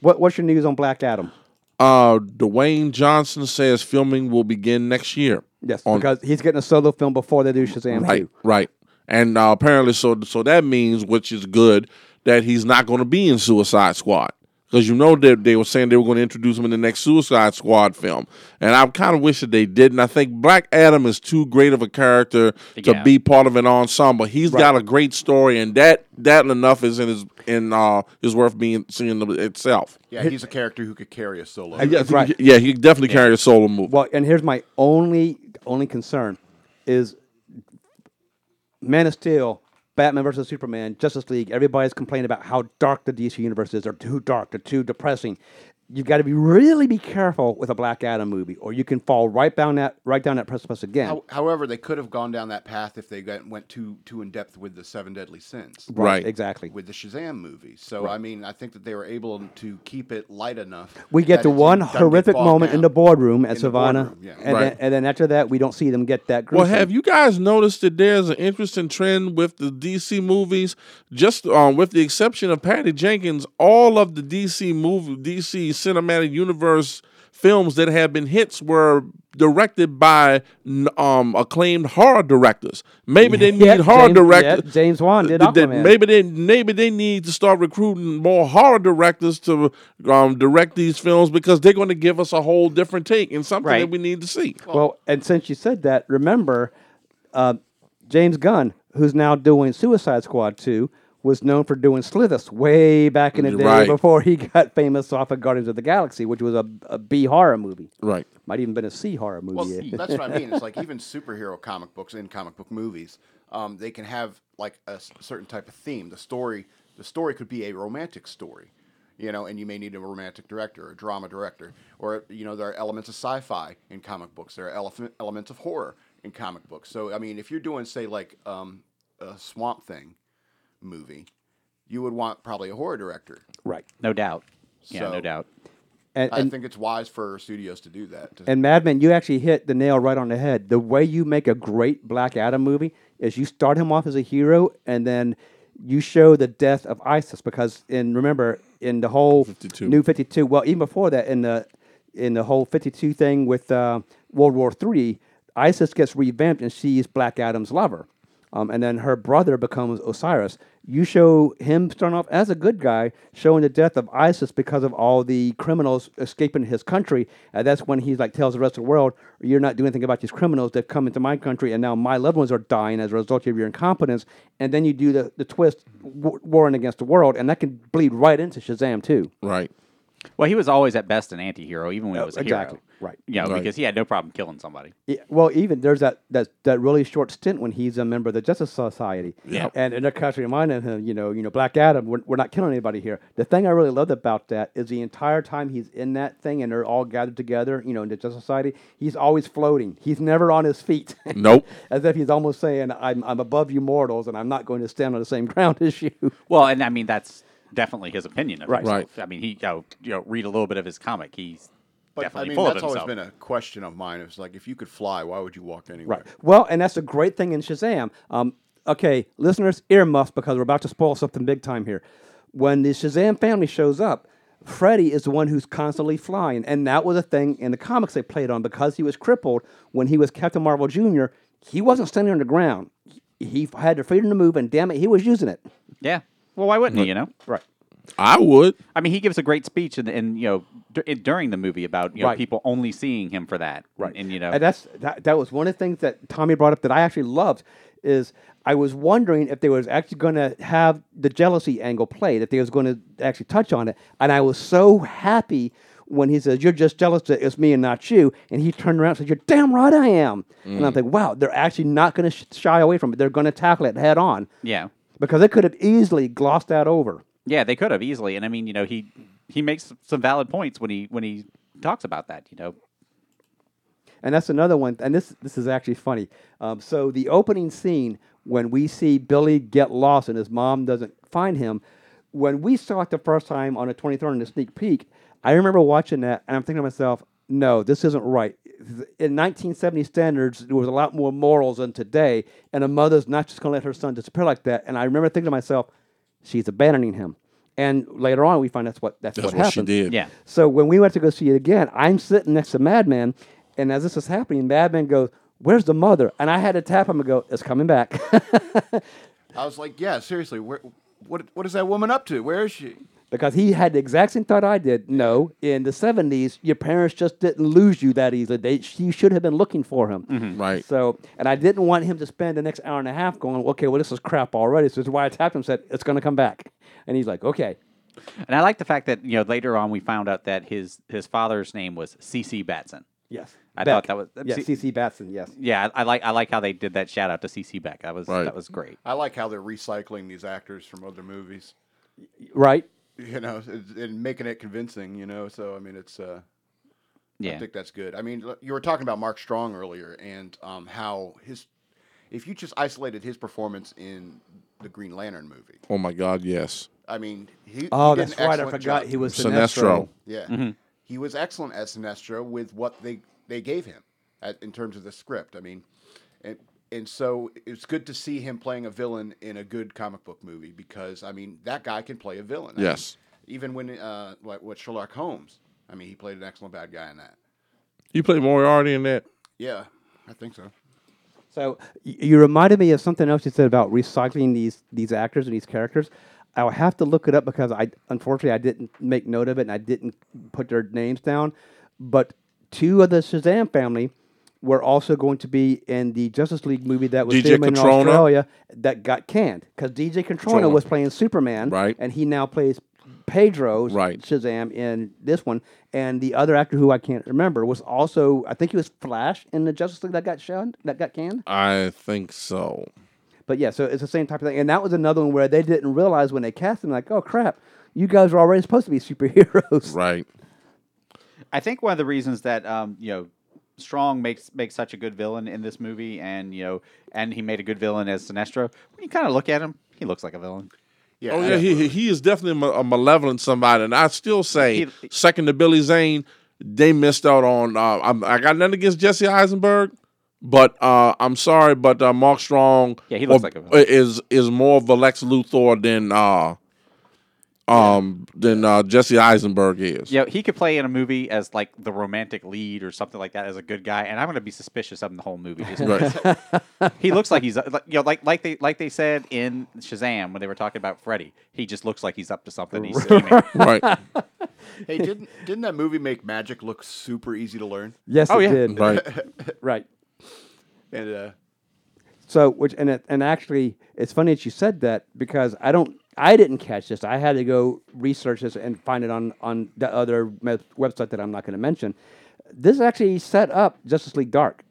What what's your news on Black Adam?
Uh, Dwayne Johnson says filming will begin next year.
Yes,
on
because he's getting a solo film before they do Shazam
Right,
2.
right. And uh, apparently, so so that means, which is good, that he's not going to be in Suicide Squad because you know that they were saying they were going to introduce him in the next Suicide Squad film, and I kind of wish that they didn't. I think Black Adam is too great of a character to
Yeah.
be part of an ensemble. He's got a great story, and that that enough is in his in uh is worth being seen in itself.
yeah, he's a character who could carry a solo.
Yeah,
Right.
yeah, he definitely carried a solo move.
Well, and here's my only only concern is Man of Steel Batman versus Superman, Justice League, everybody's complaining about how dark the DC universe is. They're too dark, they're too depressing. You've got to be really be careful with a Black Adam movie, or you can fall right down that right down that precipice again.
How- However, they could have gone down that path if they got, went too too in depth with the seven deadly sins,
Right.
Exactly.
with the Shazam movie. So I mean, I think that they were able to keep it light enough.
We
that
get to
it
one
doesn't get
horrific
bogged
moment in
down.
the boardroom at
the
Savannah,
boardroom, yeah.
and,
Right.
then, and then after that, we don't see them get that gruesome.
Well, have you guys noticed that there's an interesting trend with the DC movies? Just um, with the exception of Patty Jenkins, all of the DC movie, DC cinematic universe films that have been hits were directed by n- um, acclaimed horror directors. Maybe they
[laughs]
need
Yeah,
horror
James,
directors.
yeah, James Wan did
Th- that
Aquaman.
maybe they maybe they need to start recruiting more horror directors to um, direct these films because they're going to give us a whole different take and something that
Right.
we need to see.
Well, and since you said that, remember, uh, James Gunn, who's now doing Suicide Squad 2, was known for doing Slithus way back in the day
Right.
before he [laughs] got famous off of Guardians of the Galaxy, which was a, a B horror movie.
Right.
Might even been a C horror movie.
Well,
Yeah.
that's what I mean. It's like even superhero comic books in comic book movies, um, they can have like a s- certain type of theme. The story, the story could be a romantic story, you know, and you may need a romantic director, a drama director, or you know, there are elements of sci-fi in comic books. There are elephant elements of horror in comic books. So I mean, if you're doing say like um, a Swamp Thing movie, you would want probably a horror director.
[laughs] Right.
No doubt. Yeah,
So-
no doubt.
And,
I
and,
think it's wise for studios to do that. to-
and Mad Men, you actually hit the nail right on the head. The way you make a great Black Adam movie is you start him off as a hero and then you show the death of ISIS because in remember in the whole
52.
new 52 well even before that in the in the whole 52 thing with uh, World War 3 ISIS gets revamped and she's Black Adam's lover um, and then her brother becomes Osiris you show him starting off as a good guy showing the death of ISIS because of all the criminals escaping his country and that's when he's like tells the rest of the world you're not doing anything about these criminals that come into my country and now my loved ones are dying as a result of your incompetence and then you do the, the twist w- warring against the world and that can bleed right into Shazam too
Right.
Well, he was always at best an anti-hero, even when he
Oh,
was a
exactly.
hero.
Right.
You know,
Right.
because he had no problem killing somebody.
Yeah, E, well, even there's that, that that really short stint when he's a member of the Justice Society.
Yeah.
And, and they're constantly reminding him, you know, you know, Black Adam, we're, we're not killing anybody here. The thing I really loved about that is the entire time he's in that thing and they're all gathered together, you know, in the Justice Society, he's always floating. He's never on his feet.
Nope.
[laughs] As if he's almost saying, I'm, I'm above you mortals and I'm not going to stand on the same ground [laughs] as you.
Well, and I mean that's definitely his opinion of
Right.
himself. I mean, he you know, you know, read a little bit of his comic. He's
I
definitely
mean,
full
that's
of himself.
always been a question of mine. It's like, if you could fly, why would you walk anywhere?
Right. Well, and that's a great thing in Shazam. Um, okay, listeners, earmuffs because we're about to spoil something big time here. When the Shazam family shows up, Freddy is the one who's constantly flying, and that was a thing in the comics they played on because he was crippled when he was Captain Marvel Jr. He wasn't standing on the ground. He had the freedom to move, and damn it, he was using it.
yeah. Well, why wouldn't he? You know.
Right.
I would.
I mean, he gives a great speech in, in you know dur- in- during the movie about you know
Right.
people only seeing him for that, right? And you know,
And that's that, that was one of the things that Tommy brought up that I actually loved is I was wondering if they was actually going to have the jealousy angle played, if they was going to actually touch on it, and I was so happy when he says, "You're just jealous that it's me and not you," and he turned around and said, "You're damn right I am," and I'm
Mm.
like, "Wow, they're actually not going to sh- shy away from it. They're going to tackle it head on."
yeah,
Because they could have easily glossed that over.
yeah, they could have easily. And I mean, you know, he he makes some valid points when he when he talks about that. You know,
And that's another one. And this this is actually funny. Um, so the opening scene when we see Billy get lost and his mom doesn't find him, when we saw it the first time on the 23rd in the sneak peek, I remember watching that and I'm thinking to myself, no, this isn't right. In 1970 standards, there was a lot more morals than today, and a mother's not just going to let her son disappear like that. And I remember thinking to myself, she's abandoning him. And later on, we find that's what that's,
That's
what,
what, she
happened.
did.
yeah,
So when we went to go see it again, I'm sitting next to Madman, and as this is happening, Madman goes, "Where's the mother?" And I had to tap him and go, "It's coming back." [laughs]
I was like, yeah, seriously, where, what what is that woman up to? Where is she?
because he had the exact same thought I did. No, in the 70s, your parents just didn't lose you that easily. They, she should have been looking for him.
Right.
So, and I didn't want him to spend the next hour and a half going, "Okay, well this is crap already." So this is why I tapped him and said, "It's going to come back." And he's like, "Okay."
and I like the fact that you know later on we found out that his his father's name was C.C. Batson.
Yes.
I
Beck.
thought that was
yeah,
see-
CC Batson. Yes.
yeah. I I like I like how they did that shout out to CC Beck. That was
Right.
that was great.
I like how they're recycling these actors from other movies, [laughs]
Right.
you know, and and making it convincing, you know. So I mean, it's uh, I
Yeah,
think that's good. I mean, l- you were talking about Mark Strong earlier and um, how his, if you just isolated his performance in the Green Lantern movie,
Oh my God, yes.
I mean, he.
Oh,
he did an
that's right. I
excellent
forgot
job.
he was
Sinestro.
Sinestro.
Yeah,
Mm-hmm.
he was excellent as Sinestro with what they they gave him at, in terms of the script. I mean, and and so it's good to see him playing a villain in a good comic book movie because I mean that guy can play a villain. I mean,
Yes.
even when uh, like what Sherlock Holmes, I mean he played an excellent bad guy in that.
You played Moriarty in that.
Yeah, I think so.
So y- you reminded me of something else you said about recycling these these actors and these characters. I'll have to look it up because I unfortunately I didn't make note of it and I didn't put their names down. But two of the Shazam family were also going to be in the Justice League movie that was
DJ
filmed in
Catrona?
Australia that got canned because DJ Catrona
Catrona.
was playing Superman,
Right.
And he now plays Pedro's
Right.
Shazam in this one, and the other actor who I can't remember was also I think he was Flash in the Justice League that got shunned, that got canned.
I think so.
But yeah, so it's the same type of thing. And that was another one where they didn't realize when they cast them, like, oh crap, you guys are already supposed to be [laughs] superheroes.
Right.
I think one of the reasons that um, you know Strong makes makes such a good villain in this movie, and you know, and he made a good villain as Sinestro. When you kind of look at him, he looks like a villain.
Yeah,
Oh yeah, he, he is definitely ma- a malevolent somebody, and I still say,
He-
second to Billy Zane, they missed out on. Uh, I'm, I got nothing against Jesse Eisenberg, but uh, I'm sorry, but uh, Mark Strong,
Yeah, he looks
or-
like a-
is is more of a Lex Luthor than uh, um than uh, Jesse Eisenberg is.
You know, he could play in a movie as like the romantic lead or something like that as a good guy, and I'm going to be suspicious of him the whole movie. Just
Right.
he looks like he's uh, like, you know like like they like they said in Shazam when they were talking about Freddy. He just looks like he's up to something. He's scheming. [laughs]
right.
Hey, didn't didn't that movie make magic look super easy to learn?
Yes,
Oh,
it
yeah.
did.
Right.
[laughs] Right.
And uh,
So which and it, and actually it's funny that you said that because I don't I didn't catch this. I had to go research this and find it on on the other me- website that I'm not going to mention. This actually set up Justice League Dark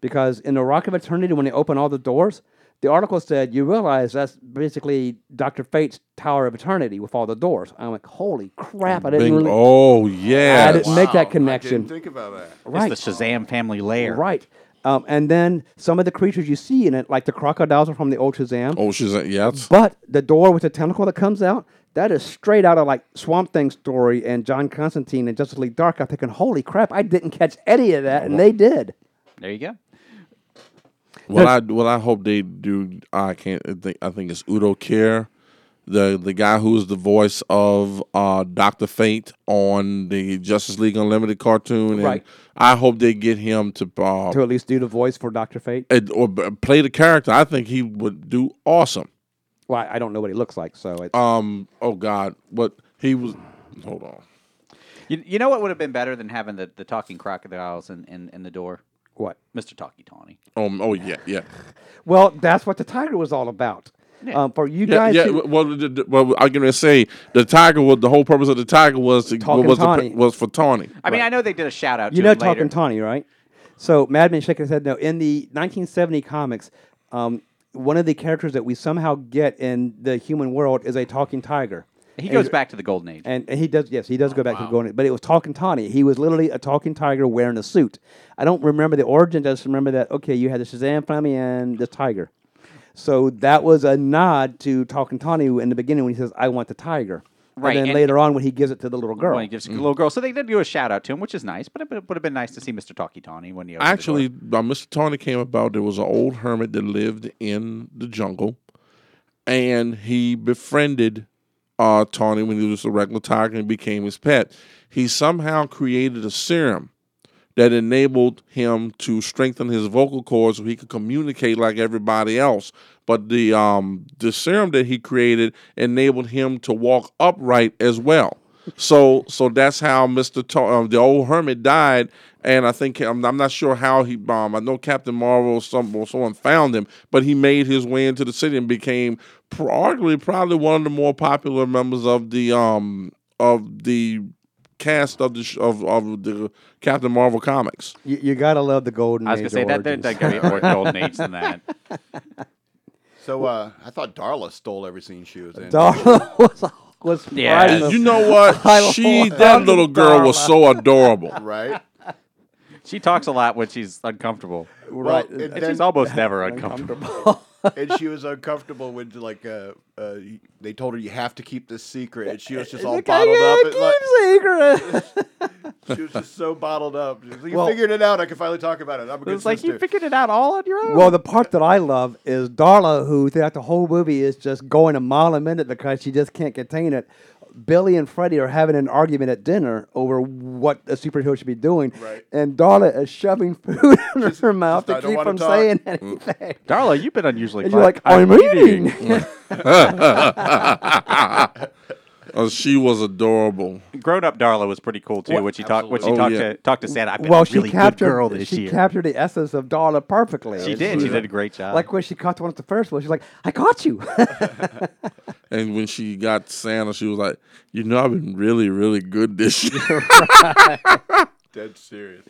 because in the Rock of Eternity when they open all the doors, the article said you realize that's basically Doctor Fate's Tower of Eternity with all the doors. I am like, holy crap! I didn't
Bing-
really
oh yeah.
I didn't make
wow, I didn't
that connection.
think about that.
[laughs] Right.
It's the Shazam family lair.
Right. Um, and then some of the creatures you see in it, like the crocodiles are from the old Shazam.
Oh, she's a, yeah. that's-
But the door with the tentacle that comes out, that is straight out of like Swamp Thing story and John Constantine and Justice League Dark. I'm thinking, holy crap, I didn't catch any of that, and they did.
There you go.
Well, I well I hope they do. I can't. I think I think it's Udo Kier, the the guy who is the voice of uh, Doctor Fate on the Justice League Unlimited cartoon. And
Right.
I hope they get him to uh,
To at least do the voice for Doctor Fate.
and- or b- play the character. I think he would do awesome.
Well, I- I don't know what he looks like, so it's,
Um. Oh God. What he was. Hold on.
You, you know what would have been better than having the, the talking crocodiles in, in, in the door?
what?
Mr. Talkie Tawny.
Um. Oh yeah. Yeah.
Well, that's what the tiger was all about. Um, for you
Yeah,
guys,
yeah.
who-
w- Well, the, the, well, I'm gonna say the tiger was the whole purpose of the tiger was to,
Talking
was
Tawny.
the, was for Tawny.
I mean, I know they did a shout out
You
to
know
him later.
Talking Tawny, right? So Madman shaking his head. No, in the 1970 comics, um, one of the characters that we somehow get in the human world is a talking tiger.
He
And-
goes back to the golden age.
and, and he does. Yes, he
Oh,
does go back to going. But it was Talking Tawny. He was literally a talking tiger wearing a suit. I don't remember the origin. I just remember that. Okay, you had the Shazam family and the tiger. So that was a nod to Talking Tawny in the beginning when he says, "I want the tiger."
Right,
And then
and-
later on when he gives it to the little girl.
Well, he gives a little girl. So they did do a shout out to him, which is nice, but it, would have been nice to see Mr. Talkie Tawny when he opened the
Actually,
door.
uh, Mr. Tawny came about. There was an old hermit that lived in the jungle, and he befriended uh, Tawny when he was a regular tiger and became his pet. He somehow created a serum that enabled him to strengthen his vocal cords so he could communicate like everybody else. But the um the serum that he created enabled him to walk upright as well. So so that's how Mister um, the old hermit died, and I think I'm, I'm not sure how he um I know Captain Marvel or some or someone found him, but he made his way into the city and became pro- arguably probably one of the more popular members of the um of the cast of the sh- of, of the Captain Marvel comics.
You, you gotta love the golden.
I was gonna
Age
say that there,
origins.
there gotta
[laughs]
be more golden age than that.
So uh, I thought Darla stole every scene she
[laughs]
was in.
Darla was was
Yeah.
priceless.
You
[laughs]
know what? She that little girl was so adorable.
right?
She talks a lot when she's uncomfortable.
Right.
Well,
and,
And she's
then-
[laughs]
almost never uncomfortable.
and she was uncomfortable with like uh, uh, they told her you have to keep this secret, and she was just all
Like,
bottled
yeah,
up. It, like,
keep
[laughs]
secret.
she was just so bottled up. She was like, you
Well-
figured it out. I can finally talk about it. I'm a good
It's like
sister.
you figured it out all on your own.
well, the part that I love is Darla, who throughout the whole movie is just going a mile a minute because she just can't contain it. Billy and Freddie are having an argument at dinner over what a superhero should be doing,
Right.
and Darla is shoving [laughs] food in her mouth
I
to
don't
keep
wanna
from
talk.
saying
Mm.
anything.
Darla, you've been unusually.
And you're like,
quiet.
I'm, eating. [laughs]
Uh, she was adorable.
Grown up Darla was pretty cool too. when she talked, when she
Absolutely.
talked
Oh, yeah.
to talked to Santa. I've been
well,
a really
she captured
good girl this
she
year.
captured the essence of Darla perfectly.
she
It's
did. She
just-
did a great job.
Like when she caught the one at the first one, she's like, "I caught you." [laughs]
And when she got Santa, she was like, "You know, I've been really, really good this [laughs] year."
Dead serious.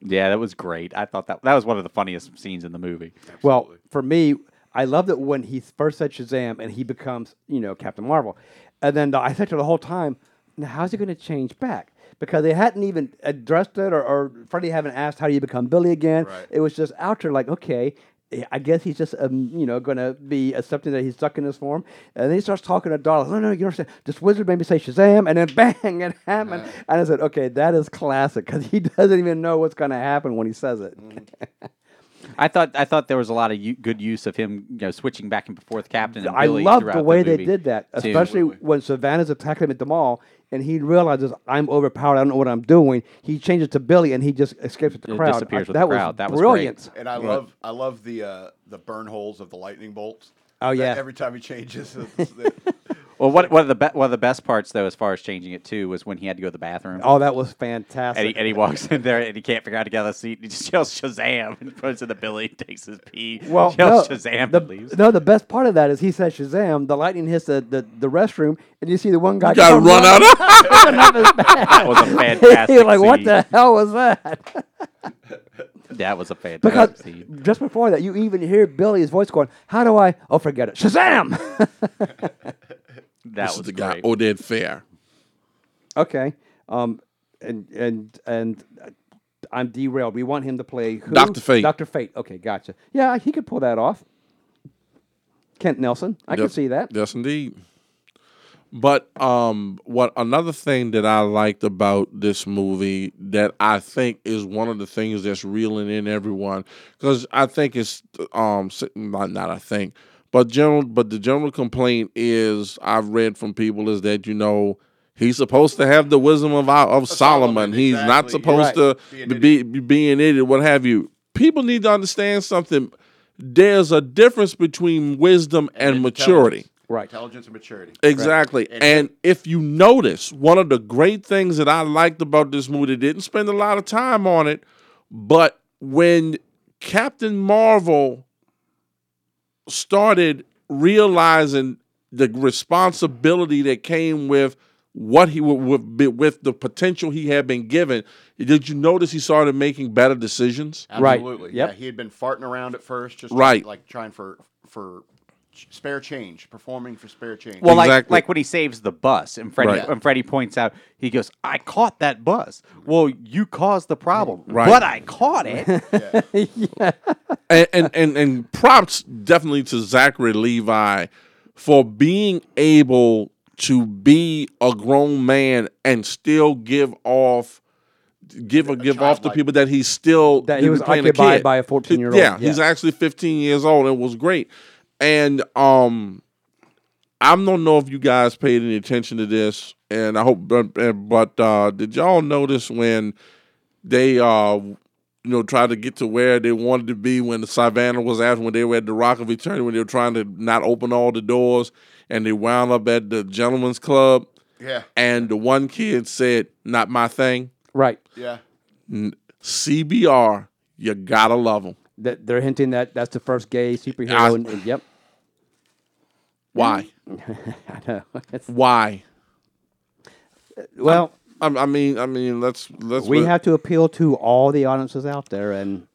yeah, that was great. I thought that that was one of the funniest scenes in the movie.
Well, for me, I loved it when he first said Shazam and he becomes, you know, Captain Marvel. And then I said to the whole time, now how's he going to change back? Because they hadn't even addressed it or, or Freddie haven't asked how do you become Billy again.
Right.
It was just out there like, okay, eh, I guess he's just, um, you know, going to be accepting that he's stuck in this form. And then he starts talking to Darla. No, no, you don't understand. This wizard made me say Shazam. And then [laughs] bang, it happened. And I said, okay, that is classic because he [laughs] doesn't even know what's going to happen when he says it.
I thought I thought there was a lot of u- good use of him, you know, switching back and forth, Captain. And
I
Billy
love
throughout
the way they
movie,
did that,
too.
especially when Savannah's attacking him at the mall, and he realizes I'm overpowered. I don't know what I'm doing. He changes to Billy, and he just escapes with the
It
crowd. I-
disappears with
that
the crowd.
Was
That was great.
brilliant.
And I love I love the uh, the burn holes of the lightning bolts.
Oh,
That
yeah.
Every time he changes,
[laughs]
it's- it-
Well, what, one of the be- one of the best parts though, as far as changing it too, was when he had to go to the bathroom.
Oh, that was fantastic.
And he, and he walks in there and he can't figure out how to get out of the seat. And he just yells Shazam and puts in the Billy, takes his pee, [laughs]
well,
yells
no,
Shazam
the,
and leaves.
no, the best part of that is he says Shazam. The lightning hits the, the, the restroom, and you see the one guy
Got
come
run out
[laughs]
of.
running up
[laughs]
his back.
That was a
[laughs]
fantastic
You're like, what
scene.
the hell was that?
That was a fantastic
Because
scene.
just before that, you even hear Billy's voice going, "How do I? Oh, forget it, Shazam!"
That
This
was
is the guy
great.
Oded Fair.
Okay. Um, and and and uh, I'm derailed. We want him to play who?
Dr. Fate.
Doctor Fate. Okay, gotcha. Yeah, he could pull that off. Kent Nelson. I can
Yes-
see that.
Yes, indeed. But um, what another thing that I liked about this movie that I think is one of the things that's reeling in everyone because I think it's um s- not not I think, but general but the general complaint is I've read from people is that you know he's supposed to have the wisdom of our, of Solomon.
Solomon,
He's not
exactly.
supposed
Right.
Be
to
an
be, be be- being idiot, what have you. People need to understand something. There's a difference between wisdom and, maturity.
Intelligence.
Right.
Intelligence and maturity.
Exactly. And if you notice, one of the great things that I liked about this movie, they didn't spend a lot of time on it, but when Captain Marvel started realizing the responsibility that came with what he would with, with the potential he had been given, did you notice he started making better decisions?
Right.
Absolutely.
Yep.
Yeah, he had been farting around at first, just
Right.
like trying for for ch- spare change, performing for spare change.
Well,
Exactly.
like like when he saves the bus, and Freddie
Right.
and Freddie points out, he goes, "I caught that bus." Well, you caused the problem,
Right.
but I caught it. [laughs]
and, and and and props definitely to Zachary Levi for being able to be a grown man and still give off give give off to
childlike-
people that he's still
That he was
playing
occupied
kid.
by a 14-year-old.
Yeah, he's
Yeah.
actually 15 years old and was great. And um I don't know if you guys paid any attention to this and I hope but, but uh did y'all notice when they uh you know tried to get to where they wanted to be when the Savannah was at when they were at the Rock of Eternity when they were trying to not open all the doors and they wound up at the gentleman's club
yeah,
and the one kid said, Not my thing.
Right.
yeah.
CBR, you gotta love them.
Th- they're hinting that that's the first gay superhero.
I-
and, and- yep.
Why?
I know. It's-
Why?
well,
I, I mean, I mean, let's let's.
we
what-
have to appeal to all the audiences out there, and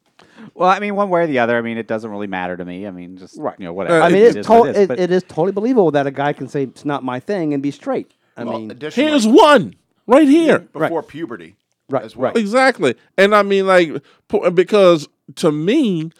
Well, I mean, one way or the other, I mean, it doesn't really matter to me. I mean, just
Right.
you know, whatever.
Uh,
I mean,
It
it's,
is
to-
what it is,
it,
but-
it is totally believable that a guy can say it's not my thing and be straight. I
well,
mean,
additionally,
Here's one right here.
before puberty.
Right,
As well.
right.
Exactly. And I mean, like, po- because to me,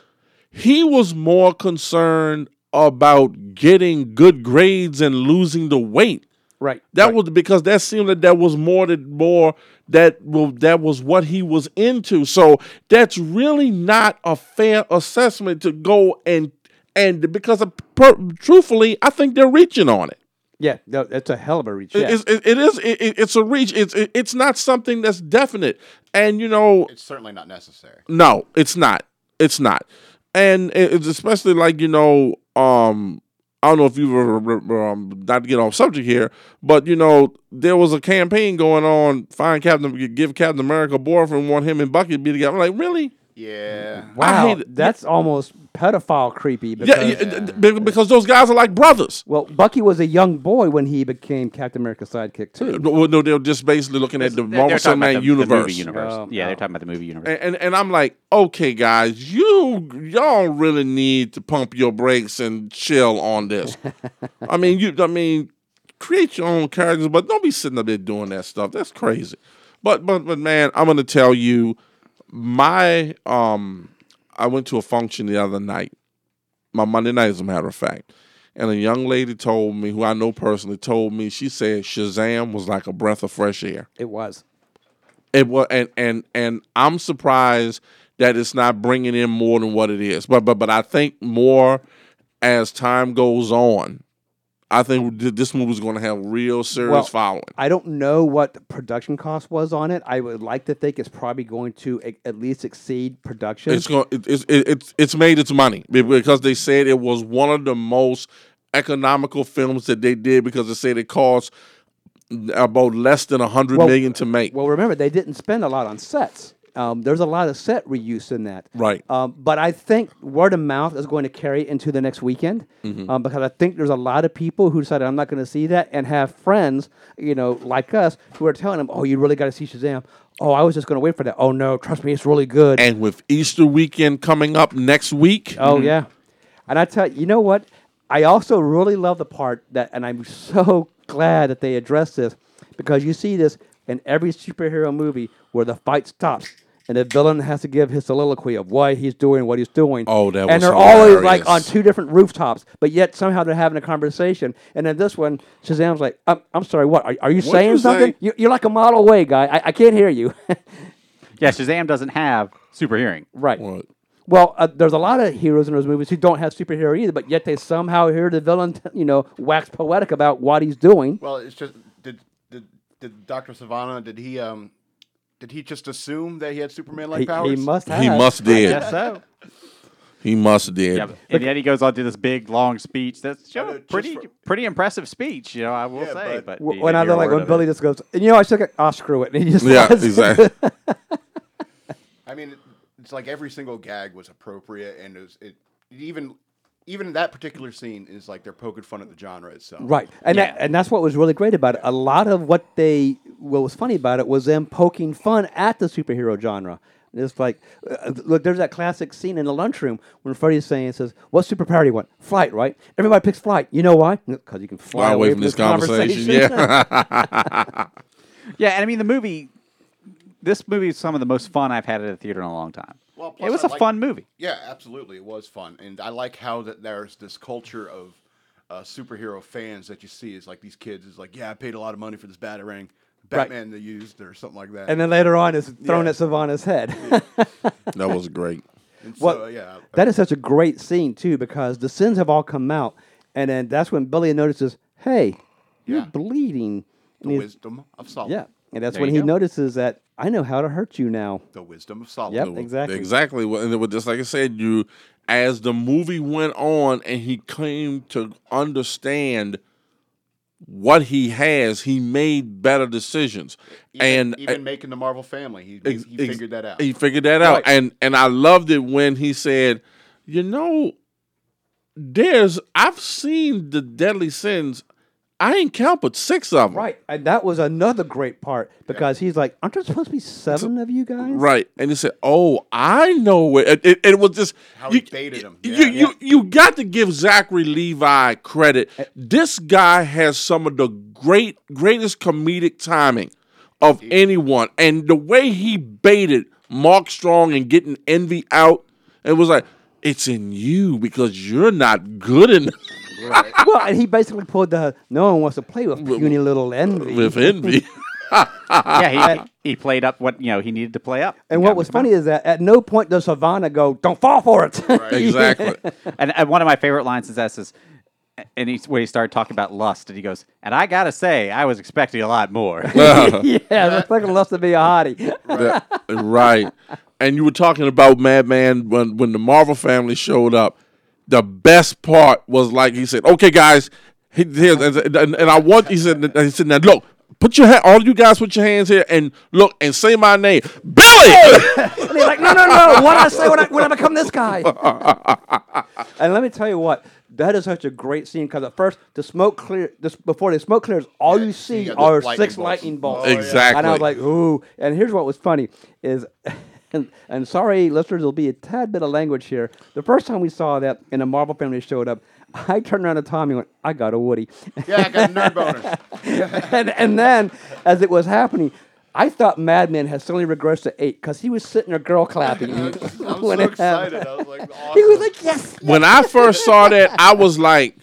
he was more concerned about getting good grades and losing the weight.
right?
That was because that seemed that that was more that more that well, that was what he was into. So that's really not a fair assessment to go and and because of, per, truthfully, I think they're reaching on it.
Yeah, no, that's a hell of a reach.
It-
yeah.
It's, it, it is it, it- it's a reach. It's it, it's not something that's definite. And you know,
It's certainly not necessary.
no, it's not. It's not. And it- it's especially like you know, um, I don't know if you've ever, um, not to get off subject here, but you know, there was a campaign going on. Find Captain, give Captain America a boyfriend, want him and Bucky to be together. I'm like, really?
Yeah.
wow,
hate it.
that's almost pedophile creepy.
Yeah,
Because,
yeah, be- because those guys are like brothers.
Well, Bucky was a young boy when he became Captain America's sidekick too.
No, no, they're just basically looking at the
They're- they're
Marvel
talking about the- the
Cinematic
movie
Universe.
universe.
Oh,
yeah,
oh.
they're talking about the movie universe.
and, and and I'm like, okay, guys, you y'all really need to pump your brakes and chill on this. I mean, you, I mean, create your own characters, but don't be sitting up there doing that stuff. That's crazy. But but but man, I'm gonna tell you, my um, I went to a function the other night, my Monday night, as a matter of fact. And a young lady told me, who I know personally, told me she said Shazam was like a breath of fresh air.
It was.
It was, and and and I'm surprised that it's not bringing in more than what it is. But but but I think more as time goes on, I think th- this movie's going to have real serious
Well,
following.
I don't know what the production cost was on it. I would like to think it's probably going to e- at least exceed production.
It's going it, it's it, it's it's made its money be- because they said it was one of the most economical films that they did because they said it cost about less than a hundred million
Well,
to make.
Well, remember they didn't spend a lot on sets. Um, there's a lot of set reuse in that.
Right.
Um, but I think word of mouth is going to carry into the next weekend um, because I think there's a lot of people who decided I'm not going to see that and have friends, you know, like us who are telling them, "Oh, you really got to see Shazam." Oh, I was just going to wait for that. Oh no, trust me, it's really good.
and with Easter weekend coming up next week,
Oh yeah, and I tell you, you know what? I also really love the part that, and I'm so [laughs] glad that they addressed this because you see this in every superhero movie where the fight stops and the villain has to give his soliloquy of why he's doing what he's doing.
Oh, that was
and they're always like on
hilarious.
two different rooftops, but yet somehow they're having a conversation. And then this one, Shazam's like, "I'm, I'm sorry, what? Are, are you saying
you say?
something? You, you're like a model way guy. I, I can't hear you." [laughs]
yeah, Shazam doesn't have super hearing.
right.
What?
Well, uh, there's a lot of heroes in those movies who don't have superhero either, but yet they somehow hear the villain, [laughs] you know, wax poetic about what he's doing.
Well, it's just did did did Doctor Savannah did he um did he just assume that he had Superman like
He,
powers?
he must have.
he must did.
Oh, Yes, so.
He must did.
Yeah, and then he goes on to this big long speech. That's you know,
know, just
pretty
for-
pretty impressive speech. You know, I will
Yeah,
say.
but-
But, you
W- When I
didn't hear
look
a
like
word
when
of
Billy
it.
just goes, and, you know, I should get, oh, screw it. And he just [laughs]
Yeah,
does.
exactly.
I mean, it, it's like every single gag was appropriate, and it, was, it even even that particular scene is like they're poking fun at the genre itself.
Right, and
Yeah.
that, and that's what was really great about it. A lot of what they what was funny about it was them poking fun at the superhero genre. And It's like, uh, look, there's that classic scene in the lunchroom when Freddy's saying, "says What superpower do you want? Flight, right? Everybody picks flight. You know why? Because you can fly
far away from this conversation. Yeah.
Yeah, and I mean the movie. This movie is some of the most fun I've had at a theater in a long time.
Well,
it
plus
was
I
a
like-
fun movie.
Yeah, absolutely, it was fun, and I like how that there's this culture of uh, superhero fans that you see is like these kids is like, yeah, I paid a lot of money for this batarang, Batman they used or something like that.
[laughs] And then later on, it's thrown
Yeah.
at Savannah's head. [laughs]
that was great.
And
Well,
so, yeah,
that is such a great scene too, because the sins have all come out, and then that's when Billy notices, "Hey, you're
Yeah.
bleeding."
the
And he's-
wisdom of Solomon.
Yeah, and that's
There
when he
you go.
notices that I know how to hurt you now.
the wisdom of Solomon.
Yep. Exactly.
Exactly. Well, And it was just like I said, you as the movie went on and he came to understand what he has, he made better decisions.
Even,
and
even making the Marvel family, he,
ex-
he
ex-
figured that out.
He figured that out,
Right.
and and I loved it when he said, "You know, there's I've seen the deadly sins. I ain't count but six of them.
Right. And that was another great part because he's like, aren't there supposed to be seven of you guys?
Right. And he said, "Oh, I know where." It, it, it was just
How he baited him.
You,
Yeah.
you you got to give Zachary Levi credit. This guy has some of the great greatest comedic timing of anyone, and the way he baited Mark Strong and getting envy out, it was like it's in you because you're not good enough
[laughs] Well, and he basically pulled the no one wants to play with puny little envy.
[laughs] with
[laughs]
envy.
yeah, he, he played up what you know he needed to play up.
Ah. and
He
what
got
was
him some
funny is that at no point does Havana go, "Don't fall for it." [laughs]
[laughs] exactly.
[laughs] and, and one of my favorite lines is that is, and he, when he started talking about lust, and he goes, and I gotta say, I was expecting a lot more.
[laughs]
Uh,
yeah, that's like loves to be a hottie.
That- right. And you were talking about Madman when when the Marvel family showed up. The best part was like he said, "Okay, guys, he- here's, and, and, and I want." He said, "He said, now look, put your hand, all you guys, put your hands here, and look and say my name, Billy."
And he's like, no, no, no. What I say when I, when I become this guy? [laughs] and let me tell you what, that is such a great scene because at first the smoke clear, this, before the smoke clears, all
Yeah,
you
you
see
got the
are
lightning
six
bolts.
lightning
Oh,
bolts.
yeah.
Exactly.
And I was like, ooh. And here's what was funny is, [laughs] and, and sorry, listeners, there'll be a tad bit of language here. The first time we saw that and the Marvel family showed up, I turned around to Tommy and went, I got a Woody.
[laughs]
[laughs]
Yeah, I got a nerd boner.
and, and then as it was happening, I thought Mad Men had suddenly regressed to eight because he was sitting there girl clapping. [laughs]
I was just- [laughs] I'm
when
so
it happened.
excited. I was like,
[laughs] He was
awesome.
like, yes.
when I first saw that, I was like,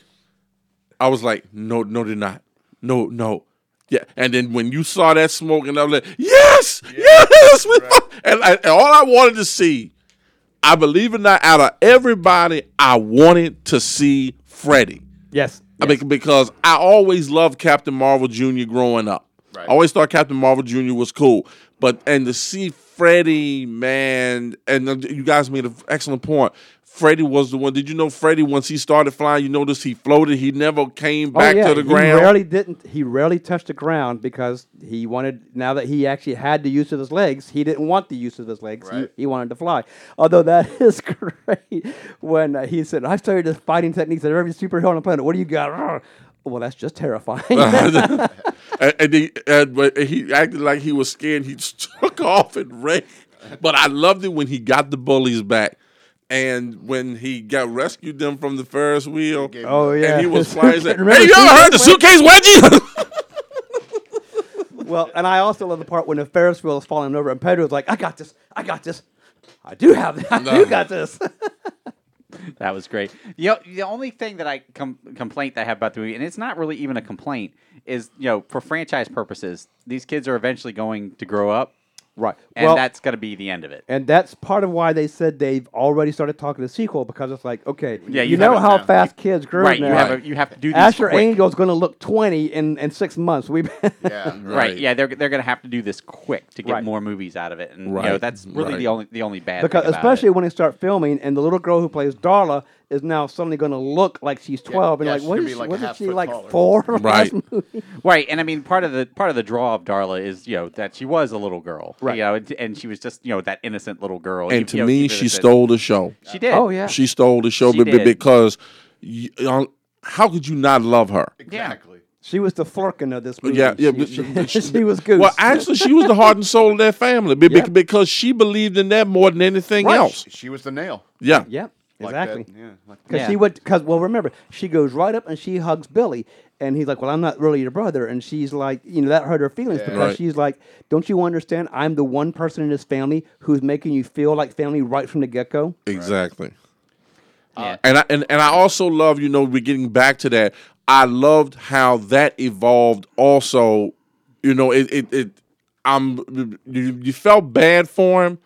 I was like, no, no, they're not. No, no. Yeah. And then when you saw that smoke, and I was like, yes, yes. we fu-" [laughs] and, I, and all I wanted to see, I believe it or not, out of everybody, I wanted to see Freddy.
Yes.
I mean, because I always loved Captain Marvel Jr. growing up.
Right.
I always thought Captain Marvel Jr. was cool, but and to see Freddy, man, and uh, you guys made an excellent point. Freddy was the one. Did you know Freddy? Once he started flying, you noticed he floated. He never came back to the ground.
Oh, He rarely didn't. He rarely touched the ground because he wanted. Now that he actually had the use of his legs, he didn't want the use of his legs. He-
Right.
He, wanted to fly. Although that [laughs] is great when uh, he said, "I started the fighting techniques of every superhero on the planet. What do you got?" [laughs] Arr. Well, that's just terrifying.
[laughs] and, and he, and but he acted like he was scared. He [laughs] just took off and ran. But I loved it when he got the bullies back, and when he got rescued them from the Ferris wheel.
oh yeah.
And he was flying. He's like,
Remember
hey, you ever heard the
Suitcase
suitcase wedgie?
Well, and I also love the part when the Ferris wheel is falling over, and Pedro's like, "I got this. I got this. I do have this. I do got this."
That was great. You know, the only thing that I com- complaint that I have about the movie, and it's not really even a complaint, is you know for franchise purposes, these kids are eventually going to grow up,
[laughs] right.
and
well,
that's going to be the end of it.
and that's part of why they said they've already started talking to sequel because it's like, okay,
Yeah,
you,
you
know
have it
how
now.
fast kids grow
Right,
now.
you have a, you have to do these
Asher
quick.
Angel's going to look twenty in, in six months. We [laughs]
yeah.
Right.
Right.
Yeah, they're they're gonna have to do this quick to get
Right.
more movies out of it, and you know
Right,
that's really
right.
the only the only bad.
because
thing about
especially
it.
when they start filming, and the little girl who plays Darla is now suddenly going to look like she's twelve,
yeah,
and
she's
like, what
gonna
is
be
she,
like a
wasn't
half foot
she like
taller.
four? [laughs]
[laughs] Right.
right, and I mean part of the part of the draw of Darla is you know that she was a little girl,
Right.
You know, and, and she was just you know that innocent little girl.
and
even- you
to
know,
me,
even
she
if it-
stole the show.
She did.
Oh yeah.
She stole the show
She
be- be-
did.
because you, uh, how could you not love her?
Exactly.
She was the flirkin of this movie.
Yeah, yeah,
she,
but
she, [laughs]
she-
she was goose.
Well, actually, she was the heart and soul of their family be- be- because she believed in that more than anything
Right.
else.
She was the nail.
Yeah.
yep,
Like that,
exactly.
Yeah. Like
Because
Yeah.
she would, because well, remember, she goes right up and she hugs Billy, and he's like, "Well, I'm not really your brother," and she's like, "You know, that hurt her feelings because
Right.
she's like, don't you understand? I'm the one person in this family who's making you feel like family right from the get go."
Exactly.
Yeah.
And I and, and I also love, you know, we're getting back to that. I loved how that evolved also, you know, it it, it I'm you, you felt bad for him,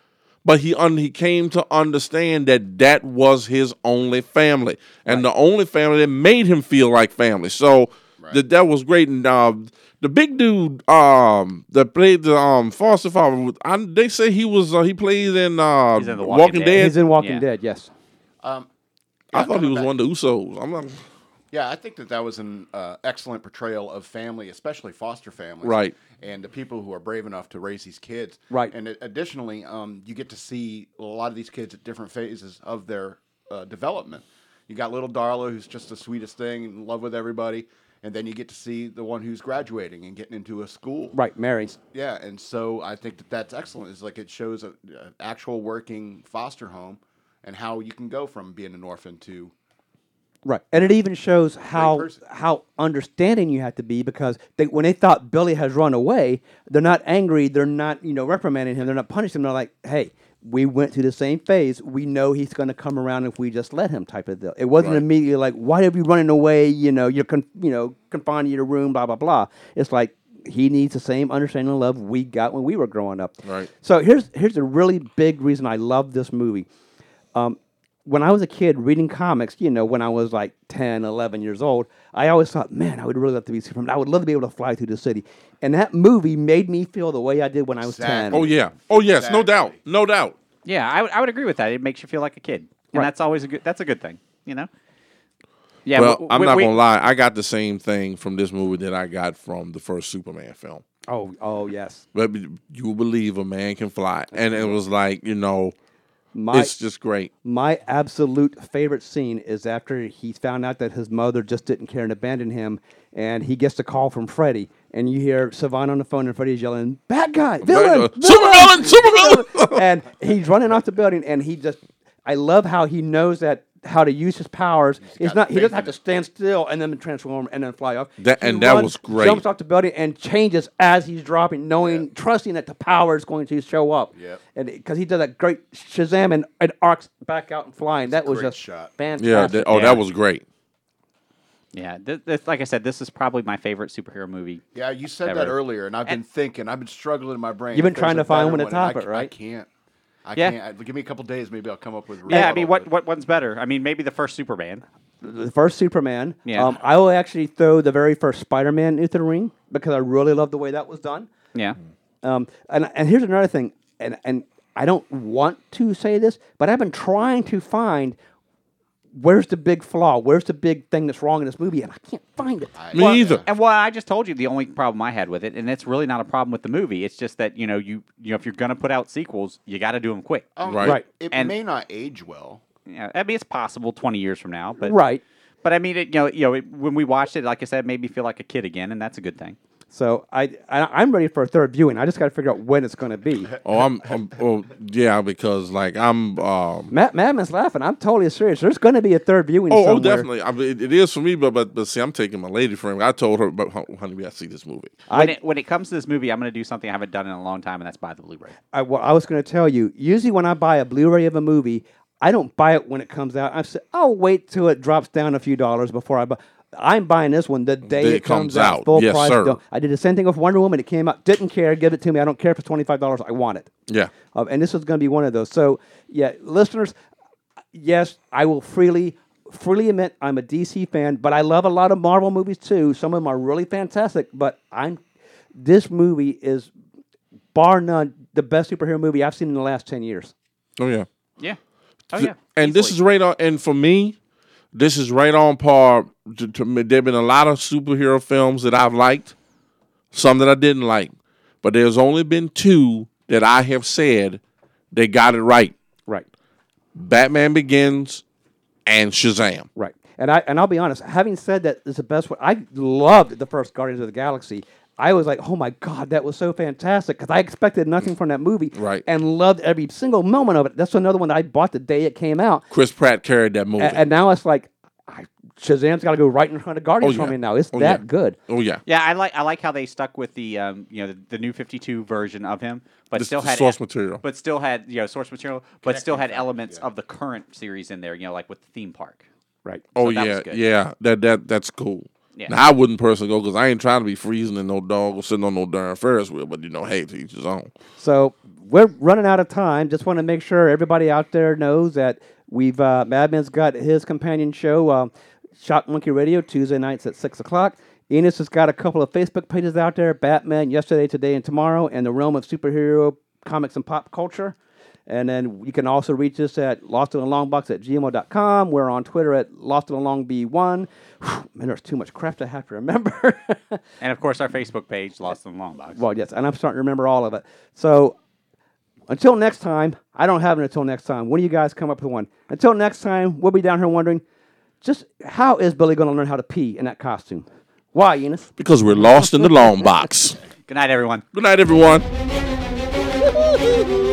but he un, he came to understand that that was his only family and the only family that made him feel like family. So that that was great and uh, the big dude um that played the um foster father I, they say he was uh, he plays in uh
He's in The
Walking,
Walking Dead.
Dead.
He's in Walking
Yeah.
Dead, yes.
Um,
I thought he
coming
was
back.
one of the Usos. I'm not
Yeah, I think that that was an uh, excellent portrayal of family, especially foster families,
Right.
And the people who are brave enough to raise these kids,
Right.
And a- additionally, um, you get to see a lot of these kids at different phases of their uh, development. You got little Darla, who's just the sweetest thing, in love with everybody, and then you get to see the one who's graduating and getting into a school.
Right, Mary.
Yeah, and so I think that that's excellent. Is like it shows a, a actual working foster home and how you can go from being an orphan to
Right, and it even shows how
person.
how understanding you have to be because they, when they thought Billy has run away, they're not angry, they're not you know reprimanding him, they're not punishing him. They're like, hey, we went through the same phase. We know he's going to come around if we just let him. Type of deal. It wasn't immediately like, why are you running away? You know, you're con- you know confined to your room, blah blah blah. It's like he needs the same understanding and love we got when we were growing up.
Right.
So here's here's a really big reason I love this movie when I was a kid reading comics, you know, when I was like 10, 11 years old, I always thought, man, I would really love to be Superman. I would love to be able to fly through the city. And that movie made me feel the way I did when I was
Exactly.
10.
Oh yeah. Oh yes. No
Exactly.
doubt. No doubt.
Yeah, I would I would agree with that. It makes you feel like a kid, and that's always a good that's a good thing, you know. Yeah,
well,
w-
I'm
w-
not
we-
gonna lie. I got the same thing from this movie that I got from the first Superman film.
Oh, oh, yes.
But you believe a man can fly, and it was like you know,
My,
it's just great.
my absolute favorite scene is after he found out that his mother just didn't care and abandoned him, and he gets a call from Freddy, and you hear Savant on the phone, and Freddy's yelling, "Bad guy, villain,
Supervillain! Supervillain!"
[laughs] and he's running off the building, and he just, I love how he knows that how to use his powers. He's
got
not, he
faith
doesn't have
in
to
it.
stand still and then transform and then fly off.
That-
He
and that was great.
Jumps off the building and changes as he's dropping, knowing, trusting that the power is going to show up.
Yep.
And because he does that great Shazam and, and arcs back out and flying. that was
great
just
shot.
fantastic.
Yeah. that- oh,
Yeah.
that was great.
Yeah, th- th- like I said, this is probably my favorite superhero movie.
Yeah, you said that
Ever.
earlier, and I've been thinking. I've been struggling in my brain.
You've been
if there's
trying
a
to find
better
one to
and I
top it,
c-
right?
I can't. I
Yeah.
can't. I- Give me a couple days, maybe I'll come up with. a
Yeah, I
rebuttal,
mean, what,
but-
what one's better? I mean, maybe the first Superman.
the first Superman.
Yeah.
Um, I will actually throw the very first Spider-Man into the ring because I really love the way that was done.
Yeah,
Um, and and here's another thing, and and I don't want to say this, but I've been trying to find where's the big flaw, where's the big thing that's wrong in this movie, and I can't find it.
Me either.
and well, I just told you the only problem I had with it, and it's really not a problem with the movie. It's just that you know you you know if you're gonna put out sequels, you got to do them quick.
Um,
Right. Right.
It
And-
may not age well.
Yeah, I mean, it's possible twenty years from now, but
Right.
But I mean, it, you know, you know, it, when we watched it, like I said, it made me feel like a kid again, and that's a good thing.
So I, I I'm ready for a third viewing. I just got to figure out when it's going to
[laughs]
be.
Oh, I'm, I'm. Oh, yeah. Because like I'm. Um,
Matt Madman's laughing. I'm totally serious. There's going to be a third viewing.
Oh, oh,
somewhere.
definitely. I mean, it, it is for me, but, but but see, I'm taking my lady friend. I told her, but hon- honey, we got to see this movie.
When it, when it comes to this movie, I'm going to do something I haven't done in a long time, and that's buy the Blu-ray.
I, well, I was going to tell you. Usually, when I buy a Blu-ray of a movie, I don't buy it when it comes out. I said, I'll wait till it drops down a few dollars before I buy. I'm buying this one the day
Day
it,
it comes out.
Full
Yes,
price.
sir.
Don't- I did the same thing with Wonder Woman. It came out, didn't care. Give it to me. I don't care if it's twenty five dollars. I want it.
Yeah.
Uh, and this is going to be one of those. So, yeah, listeners, yes, I will freely freely admit I'm a DC fan, but I love a lot of Marvel movies too. Some of them are really fantastic, but I'm this movie is bar none the best superhero movie I've seen in the last 10 years.
Oh yeah.
Yeah. Oh yeah.
And this is
Easily.
right on. And for me, this is right on par. To, to, me. there've been a lot of superhero films that I've liked, some that I didn't like, but there's only been two that I have said they got it right:
Right.
Batman Begins and Shazam.
Right. And I and I'll be honest, having said that is the best one. I loved the first Guardians of the Galaxy. I was like, oh my god, that was so fantastic because I expected nothing from that movie,
Right.
And loved every single moment of it. That's another one that I bought the day it came out,
Chris Pratt carried that movie.
and, and now it's like I, Shazam's got to go right in front of Guardians
Oh, yeah.
for me now. It's
Oh,
that
yeah.
good.
oh yeah.
Yeah, I like I like how they stuck with the um, you know the, the new 52 version of him, but
The-
still
the
had e-,
source material.
but still had you know source material, but still had elements of the current series in there. You know, like with the theme park.
Right.
Oh
that was
yeah,
good.
yeah. That that that's cool.
Yeah.
Now, I wouldn't personally go because I ain't trying to be freezing and no dog or sitting on no darn Ferris wheel. But you know, hey, to each his own.
So we're running out of time. Just want to make sure everybody out there knows that we've uh, Madman's got his companion show, um, Shock Monkey Radio, Tuesday nights at six o'clock. Enos has got a couple of Facebook pages out there: Batman, yesterday, today, and tomorrow, and the realm of superhero comics and pop culture. And then you can also reach us at lost in a long box at gmo.com. We're on Twitter at lost in a long b1. Man, there's too much crap to have to remember. [laughs]
And of course, our Facebook page, Lost in the Long Box.
Well, yes, and I'm starting to remember all of it. So until next time, I don't have it until next time. When do you guys come up with one? Until next time, we'll be down here wondering just how is Billy going to learn how to pee in that costume? Why, Enos?
because we're lost in the long box.
Good night, everyone.
Good night, everyone.